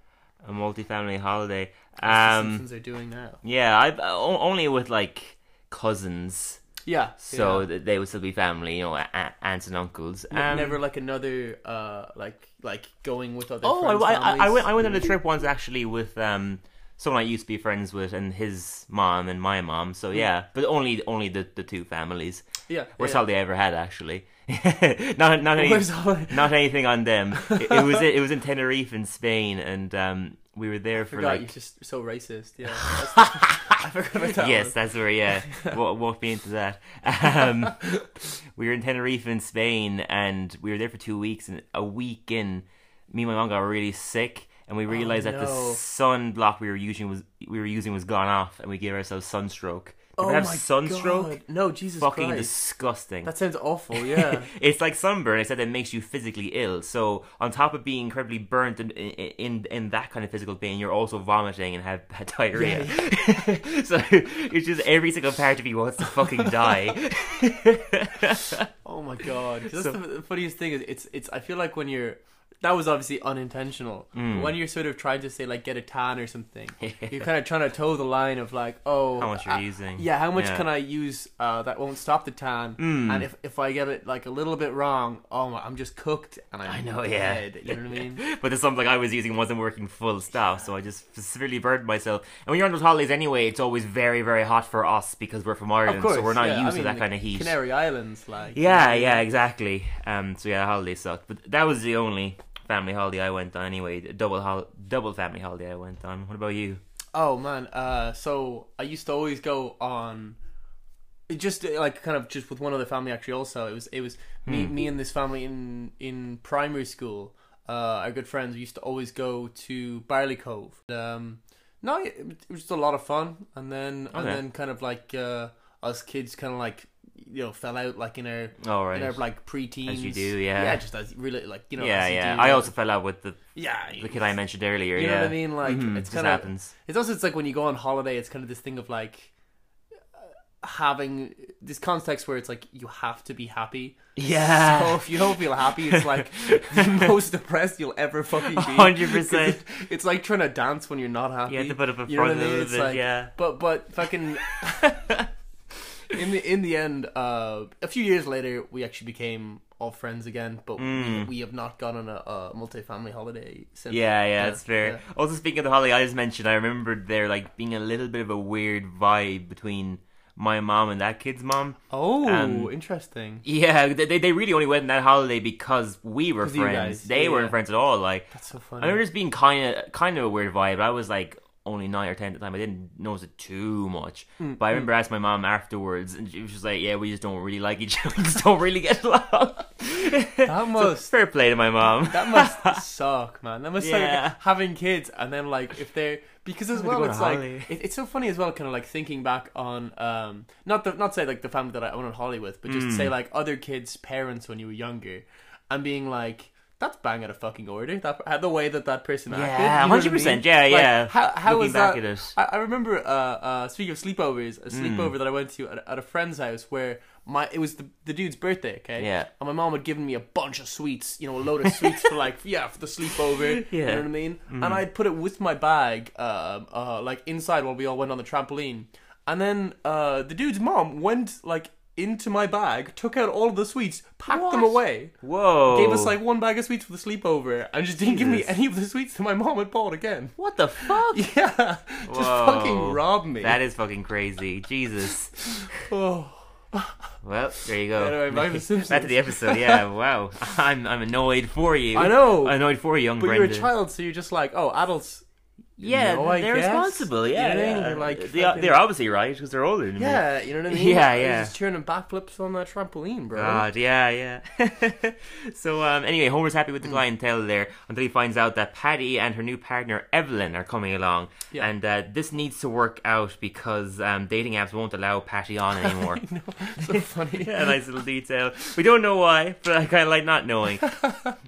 [SPEAKER 1] A multi-family holiday.
[SPEAKER 2] As the
[SPEAKER 1] Um,
[SPEAKER 2] Simpsons are doing now.
[SPEAKER 1] yeah, I've uh, o- only with like cousins,
[SPEAKER 2] Yeah.
[SPEAKER 1] so
[SPEAKER 2] yeah.
[SPEAKER 1] th- they would still be family, you know, a- a- aunts and uncles. Um,
[SPEAKER 2] never like another uh like like going with other
[SPEAKER 1] Oh,
[SPEAKER 2] friends,
[SPEAKER 1] I, I, I, I
[SPEAKER 2] families?
[SPEAKER 1] went. I went on a trip once actually with um someone I used to be friends with, and his mom and my mom. So yeah, but only only the, the two families.
[SPEAKER 2] Hmm. yeah
[SPEAKER 1] Worst
[SPEAKER 2] yeah.
[SPEAKER 1] holiday I ever had actually. [laughs] not [laughs] not any,
[SPEAKER 2] Worst [laughs] holiday.
[SPEAKER 1] not anything on them. It, it was it was in Tenerife in Spain, and um we were there for
[SPEAKER 2] forgot
[SPEAKER 1] like
[SPEAKER 2] you're just so racist yeah
[SPEAKER 1] [laughs]
[SPEAKER 2] That's- [laughs] I forgot about that
[SPEAKER 1] yes,
[SPEAKER 2] one.
[SPEAKER 1] that's where
[SPEAKER 2] [laughs]
[SPEAKER 1] yeah. walk, walk me into that. Um, we were in Tenerife in Spain, and we were there for two weeks. And a week in, me and my mom got really sick, and we realized that the
[SPEAKER 2] Oh, no.
[SPEAKER 1] sun block we were using was we were using was gone off, and we gave ourselves sunstroke.
[SPEAKER 2] Oh
[SPEAKER 1] have
[SPEAKER 2] my
[SPEAKER 1] sunstroke?
[SPEAKER 2] God. No, Jesus
[SPEAKER 1] Fucking
[SPEAKER 2] Christ.
[SPEAKER 1] disgusting.
[SPEAKER 2] That sounds awful. Yeah.
[SPEAKER 1] [laughs] it's like sunburn. I said that makes you physically ill. So on top of being incredibly burnt in in, in that kind of physical pain, you're also vomiting and have, [laughs] have diarrhea. [laughs] so it's just every single part of you wants to
[SPEAKER 2] [laughs]
[SPEAKER 1] fucking die.
[SPEAKER 2] oh my God. 'Cause That's the the funniest thing is it's it's. I feel like when you're that was obviously unintentional.
[SPEAKER 1] Mm.
[SPEAKER 2] When you're sort of trying to say like get a tan
[SPEAKER 1] [laughs]
[SPEAKER 2] or something, you're kind of trying to toe the line of like, oh,
[SPEAKER 1] How much you're
[SPEAKER 2] I-
[SPEAKER 1] using?
[SPEAKER 2] Yeah, how much can I use uh, that won't stop the tan?
[SPEAKER 1] Mm.
[SPEAKER 2] And if, if I get it like a little bit wrong, oh my, I'm just cooked and I'm
[SPEAKER 1] I know, yeah.
[SPEAKER 2] dead. You know what I mean?
[SPEAKER 1] [laughs] But there's something I was using wasn't working full stop, so I just severely burned myself. And when you're on those holidays anyway, it's always very, very hot for us because we're from Ireland,
[SPEAKER 2] Of course,
[SPEAKER 1] so we're not
[SPEAKER 2] yeah, I
[SPEAKER 1] used
[SPEAKER 2] mean,
[SPEAKER 1] to that kind of heat.
[SPEAKER 2] Canary Islands, like
[SPEAKER 1] Yeah, yeah, exactly. Um, so yeah, the holiday sucked, but that was the only family holiday I went on. Anyway, the double hol- double family holiday I went on. What about you?
[SPEAKER 2] Oh man, uh, so I used to always go on, it just uh, like kind of just with one other family actually. Also, it was it was me
[SPEAKER 1] Hmm.
[SPEAKER 2] me and this family in in primary school. Uh, our good friends we used to always go to Barley Cove. Um, no, it it was just a lot of fun, and then and
[SPEAKER 1] Okay.
[SPEAKER 2] then kind of like uh, us kids kind of like you know fell out like in our
[SPEAKER 1] All right.
[SPEAKER 2] in our like preteens.
[SPEAKER 1] As you do, yeah.
[SPEAKER 2] yeah, just as really like you know.
[SPEAKER 1] yeah,
[SPEAKER 2] as you
[SPEAKER 1] yeah.
[SPEAKER 2] Oh, do.
[SPEAKER 1] I also fell out with the
[SPEAKER 2] yeah
[SPEAKER 1] the kid I mentioned earlier.
[SPEAKER 2] you
[SPEAKER 1] yeah,
[SPEAKER 2] know what I mean? Like
[SPEAKER 1] Mhm,
[SPEAKER 2] it's
[SPEAKER 1] it just
[SPEAKER 2] kind of
[SPEAKER 1] happens.
[SPEAKER 2] It's also it's like when you go on holiday, it's kind of this thing of like uh, having this context where it's like you have to be happy. So
[SPEAKER 1] Yeah,
[SPEAKER 2] if you don't feel happy, it's
[SPEAKER 1] [laughs]
[SPEAKER 2] like the most depressed you'll ever fucking be.
[SPEAKER 1] 100%.
[SPEAKER 2] 'Cause it- It's like trying to dance when you're not happy.
[SPEAKER 1] You have to put up a
[SPEAKER 2] You know what
[SPEAKER 1] front a little
[SPEAKER 2] It's
[SPEAKER 1] bit, yeah.
[SPEAKER 2] But but fucking. In the in the end, uh, a few years later, we actually became all friends again. But we, we have not gone on a, a multi-family holiday since.
[SPEAKER 1] Mm. yeah, yeah. That's fair.
[SPEAKER 2] yeah.
[SPEAKER 1] Also, speaking of the holiday I just mentioned, I remembered there like being a little bit of a weird vibe between my mom and that kid's mom.
[SPEAKER 2] Oh,
[SPEAKER 1] Um,
[SPEAKER 2] interesting.
[SPEAKER 1] Yeah, they they- they really only went on that holiday because we were
[SPEAKER 2] 'Cause you
[SPEAKER 1] friends.
[SPEAKER 2] guys,
[SPEAKER 1] They
[SPEAKER 2] yeah,
[SPEAKER 1] weren't
[SPEAKER 2] yeah.
[SPEAKER 1] friends at all. Like
[SPEAKER 2] That's so
[SPEAKER 1] I
[SPEAKER 2] funny.
[SPEAKER 1] remember just being kind of kind of a weird vibe. I was like only nine or ten at the time. I didn't notice it too much,
[SPEAKER 2] Mm,
[SPEAKER 1] but I remember asking my mom afterwards, and she was just like, "Yeah, we just don't really like each [laughs] other. We just don't really get along."
[SPEAKER 2] That
[SPEAKER 1] [laughs] so
[SPEAKER 2] must
[SPEAKER 1] fair play to my mom.
[SPEAKER 2] that
[SPEAKER 1] [laughs]
[SPEAKER 2] must suck, man. That must
[SPEAKER 1] Yeah.
[SPEAKER 2] suck having kids and then like if they're because
[SPEAKER 1] Having
[SPEAKER 2] as
[SPEAKER 1] to
[SPEAKER 2] well
[SPEAKER 1] go on
[SPEAKER 2] it's
[SPEAKER 1] a
[SPEAKER 2] like
[SPEAKER 1] holiday.
[SPEAKER 2] it, it's so funny as well kind of like thinking back on um not the not say like the family that I own on Holly with but just
[SPEAKER 1] Mm.
[SPEAKER 2] say like other kids' parents when you were younger and being like. That's bang out of fucking order. That the way that that person acted.
[SPEAKER 1] Yeah,
[SPEAKER 2] you know what I
[SPEAKER 1] 100%,
[SPEAKER 2] mean?
[SPEAKER 1] yeah,
[SPEAKER 2] Like,
[SPEAKER 1] yeah.
[SPEAKER 2] How how
[SPEAKER 1] Looking
[SPEAKER 2] is
[SPEAKER 1] back at
[SPEAKER 2] that?
[SPEAKER 1] it.
[SPEAKER 2] I, I remember uh, uh, speaking of sleepovers, a
[SPEAKER 1] Hmm.
[SPEAKER 2] sleepover that I went to at, at a friend's house where my it was the, the dude's birthday, okay?
[SPEAKER 1] Yeah.
[SPEAKER 2] And my mom had given me a bunch of sweets, you know, a load of sweets for like [laughs] yeah for the sleepover. You
[SPEAKER 1] Yeah. Hmm.
[SPEAKER 2] know what I mean? And I'd put it with my bag, um, uh, like inside while we all went on the trampoline, and then uh, the dude's mom went like into my bag, took out all of the sweets, packed them away.
[SPEAKER 1] Whoa!
[SPEAKER 2] Gave us like one bag of sweets for the sleepover, and just didn't give
[SPEAKER 1] Oh.
[SPEAKER 2] me
[SPEAKER 1] Jesus.
[SPEAKER 2] any of the sweets that my mom had bought again.
[SPEAKER 1] what the fuck?
[SPEAKER 2] [laughs] Yeah, just
[SPEAKER 1] Whoa.
[SPEAKER 2] fucking rob me.
[SPEAKER 1] That is fucking crazy. Jesus.
[SPEAKER 2] Oh.
[SPEAKER 1] Well, there you go.
[SPEAKER 2] Anyway,
[SPEAKER 1] [laughs]
[SPEAKER 2] back to The
[SPEAKER 1] Back to the episode. Yeah. Wow. [laughs] I'm I'm annoyed for you.
[SPEAKER 2] I know.
[SPEAKER 1] Annoyed for you, young
[SPEAKER 2] But
[SPEAKER 1] Brenda.
[SPEAKER 2] you're a child, so you're just like, oh, adults.
[SPEAKER 1] Yeah,
[SPEAKER 2] No, I
[SPEAKER 1] they're
[SPEAKER 2] guess.
[SPEAKER 1] responsible.
[SPEAKER 2] You know
[SPEAKER 1] Yeah,
[SPEAKER 2] what I mean?
[SPEAKER 1] yeah.
[SPEAKER 2] They're like
[SPEAKER 1] they,
[SPEAKER 2] fucking-
[SPEAKER 1] are obviously right because they're older than me.
[SPEAKER 2] Yeah, you know what I mean.
[SPEAKER 1] Yeah,
[SPEAKER 2] They're
[SPEAKER 1] yeah.
[SPEAKER 2] Just turning backflips on that trampoline, bro.
[SPEAKER 1] God, yeah, yeah. [laughs] so, um, anyway, Homer's happy with the
[SPEAKER 2] Mm.
[SPEAKER 1] clientele there until he finds out that Patty and her new partner Evelyn are coming along,
[SPEAKER 2] Yeah.
[SPEAKER 1] and uh, this needs to work out because um, dating apps won't allow Patty
[SPEAKER 2] [laughs]
[SPEAKER 1] on anymore.
[SPEAKER 2] [laughs]
[SPEAKER 1] [laughs]
[SPEAKER 2] so funny.
[SPEAKER 1] yeah, nice little detail. We don't know why, [laughs] but I kind of like not
[SPEAKER 2] [laughs]
[SPEAKER 1] knowing.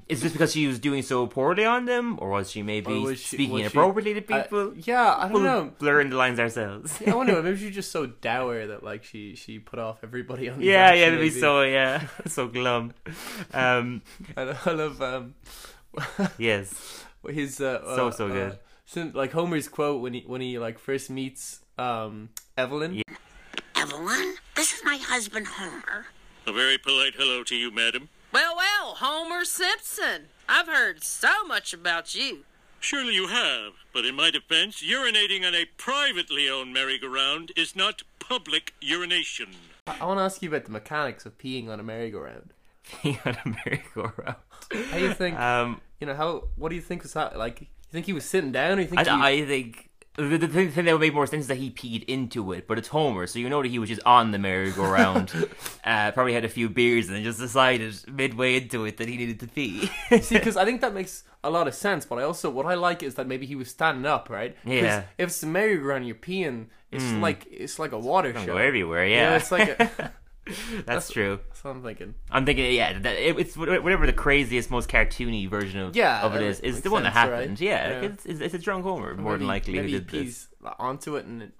[SPEAKER 1] Is this because she was doing so poorly on them, or was she maybe
[SPEAKER 2] Or was she-
[SPEAKER 1] speaking
[SPEAKER 2] was she-
[SPEAKER 1] inappropriately to
[SPEAKER 2] I-
[SPEAKER 1] people?
[SPEAKER 2] yeah, I don't
[SPEAKER 1] We'll
[SPEAKER 2] know.
[SPEAKER 1] blur in the lines ourselves. [laughs]
[SPEAKER 2] I wonder. Maybe she's just so dour that like she she put off everybody on. the
[SPEAKER 1] Yeah,
[SPEAKER 2] action,
[SPEAKER 1] yeah, maybe so. Yeah, [laughs] so glum. Um,
[SPEAKER 2] [laughs] I lo- I love um, [laughs]
[SPEAKER 1] yes, [laughs]
[SPEAKER 2] his uh,
[SPEAKER 1] So,
[SPEAKER 2] uh,
[SPEAKER 1] so
[SPEAKER 2] uh,
[SPEAKER 1] good.
[SPEAKER 2] sim- like Homer's quote when he when he like first meets um Evelyn.
[SPEAKER 3] Evelyn, this is my husband Homer.
[SPEAKER 4] A very polite hello to you, madam.
[SPEAKER 7] Well, well, Homer Simpson. I've heard so much about you.
[SPEAKER 4] Surely you have, but in my defense, urinating on a privately owned merry-go-round is not public urination.
[SPEAKER 2] I, I want to ask you about the mechanics of peeing on a merry-go-round.
[SPEAKER 1] he had a merry-go-round.
[SPEAKER 2] How
[SPEAKER 1] [laughs]
[SPEAKER 2] do you think?
[SPEAKER 1] Um,
[SPEAKER 2] you know how? What do you think was that? Like, you think he was sitting down? Or you think
[SPEAKER 1] I,
[SPEAKER 2] he,
[SPEAKER 1] I think The, the thing, the thing that would make more sense is that he peed into it, but it's Homer, so you know that he was just on the [laughs] merry-go-round. uh, probably had a few beers and then just decided midway into it that he needed to pee. [laughs]
[SPEAKER 2] See, because I think that makes a lot of sense. But I also what I like is that maybe he was standing up, right? 'Cause
[SPEAKER 1] Yeah.
[SPEAKER 2] If it's a merry-go-round, you're peeing. It's like it's like a water show.
[SPEAKER 1] Go everywhere, yeah.
[SPEAKER 2] it's like a, [laughs] that's
[SPEAKER 1] [laughs] that's true.
[SPEAKER 2] what I'm thinking.
[SPEAKER 1] I'm thinking, yeah, that, it, it's wha- whatever the craziest, most cartoony version of
[SPEAKER 2] Yeah,
[SPEAKER 1] of it
[SPEAKER 2] that
[SPEAKER 1] is
[SPEAKER 2] makes
[SPEAKER 1] is the one that
[SPEAKER 2] sense, right?
[SPEAKER 1] happened. Yeah,
[SPEAKER 2] Yeah.
[SPEAKER 1] It's, it's, it's a drunk Homer, more
[SPEAKER 2] Maybe-
[SPEAKER 1] than likely, who
[SPEAKER 2] maybe he
[SPEAKER 1] did this.
[SPEAKER 2] pees onto it and it,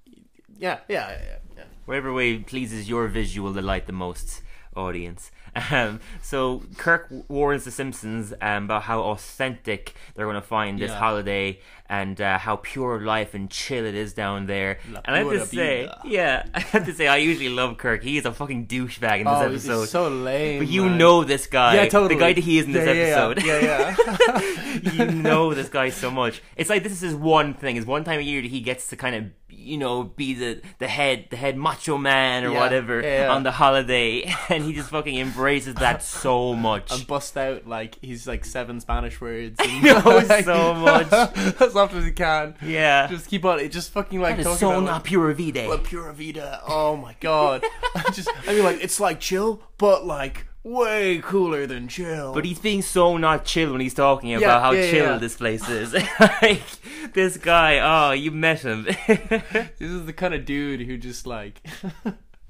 [SPEAKER 2] yeah, yeah, yeah, yeah.
[SPEAKER 1] Whatever way pleases your visual delight the most, audience. Um, so Kirk warns the Simpsons um, about how authentic they're going to find this
[SPEAKER 2] Yeah.
[SPEAKER 1] holiday and uh, how pure life and chill it is down there.
[SPEAKER 2] La
[SPEAKER 1] and I have
[SPEAKER 2] pura
[SPEAKER 1] to say,
[SPEAKER 2] vida.
[SPEAKER 1] yeah, [laughs] I have to say, I usually love Kirk. He is a fucking douchebag in this
[SPEAKER 2] Oh,
[SPEAKER 1] episode.
[SPEAKER 2] he's so lame.
[SPEAKER 1] but you
[SPEAKER 2] man.
[SPEAKER 1] know this guy.
[SPEAKER 2] yeah, totally.
[SPEAKER 1] The guy that he is in this
[SPEAKER 2] Yeah, yeah, yeah.
[SPEAKER 1] episode. [laughs]
[SPEAKER 2] Yeah, yeah. [laughs]
[SPEAKER 1] you know this guy so much. It's like this is his one thing. It's one time a year that he gets to kind of you know be the the head the head macho man or
[SPEAKER 2] Yeah,
[SPEAKER 1] whatever
[SPEAKER 2] yeah, yeah.
[SPEAKER 1] on the holiday, [laughs] and he just fucking embraces that so much.
[SPEAKER 2] and bust out like he's like seven Spanish words.
[SPEAKER 1] [laughs]
[SPEAKER 2] And, [laughs]
[SPEAKER 1] knows so much.
[SPEAKER 2] as often as he can.
[SPEAKER 1] yeah,
[SPEAKER 2] Just keep on. It just fucking like
[SPEAKER 1] that
[SPEAKER 2] talking
[SPEAKER 1] is so
[SPEAKER 2] about,
[SPEAKER 1] not
[SPEAKER 2] like,
[SPEAKER 1] pure vida.
[SPEAKER 2] La Pura Vida. Oh my god. [laughs] I just I mean like it's like chill, but like way cooler than chill.
[SPEAKER 1] But he's being so not chill when he's talking about how
[SPEAKER 2] yeah, yeah,
[SPEAKER 1] chill
[SPEAKER 2] yeah.
[SPEAKER 1] this place is. [laughs] like this guy, oh, you met him. [laughs]
[SPEAKER 2] this is the kind of dude who just like [laughs]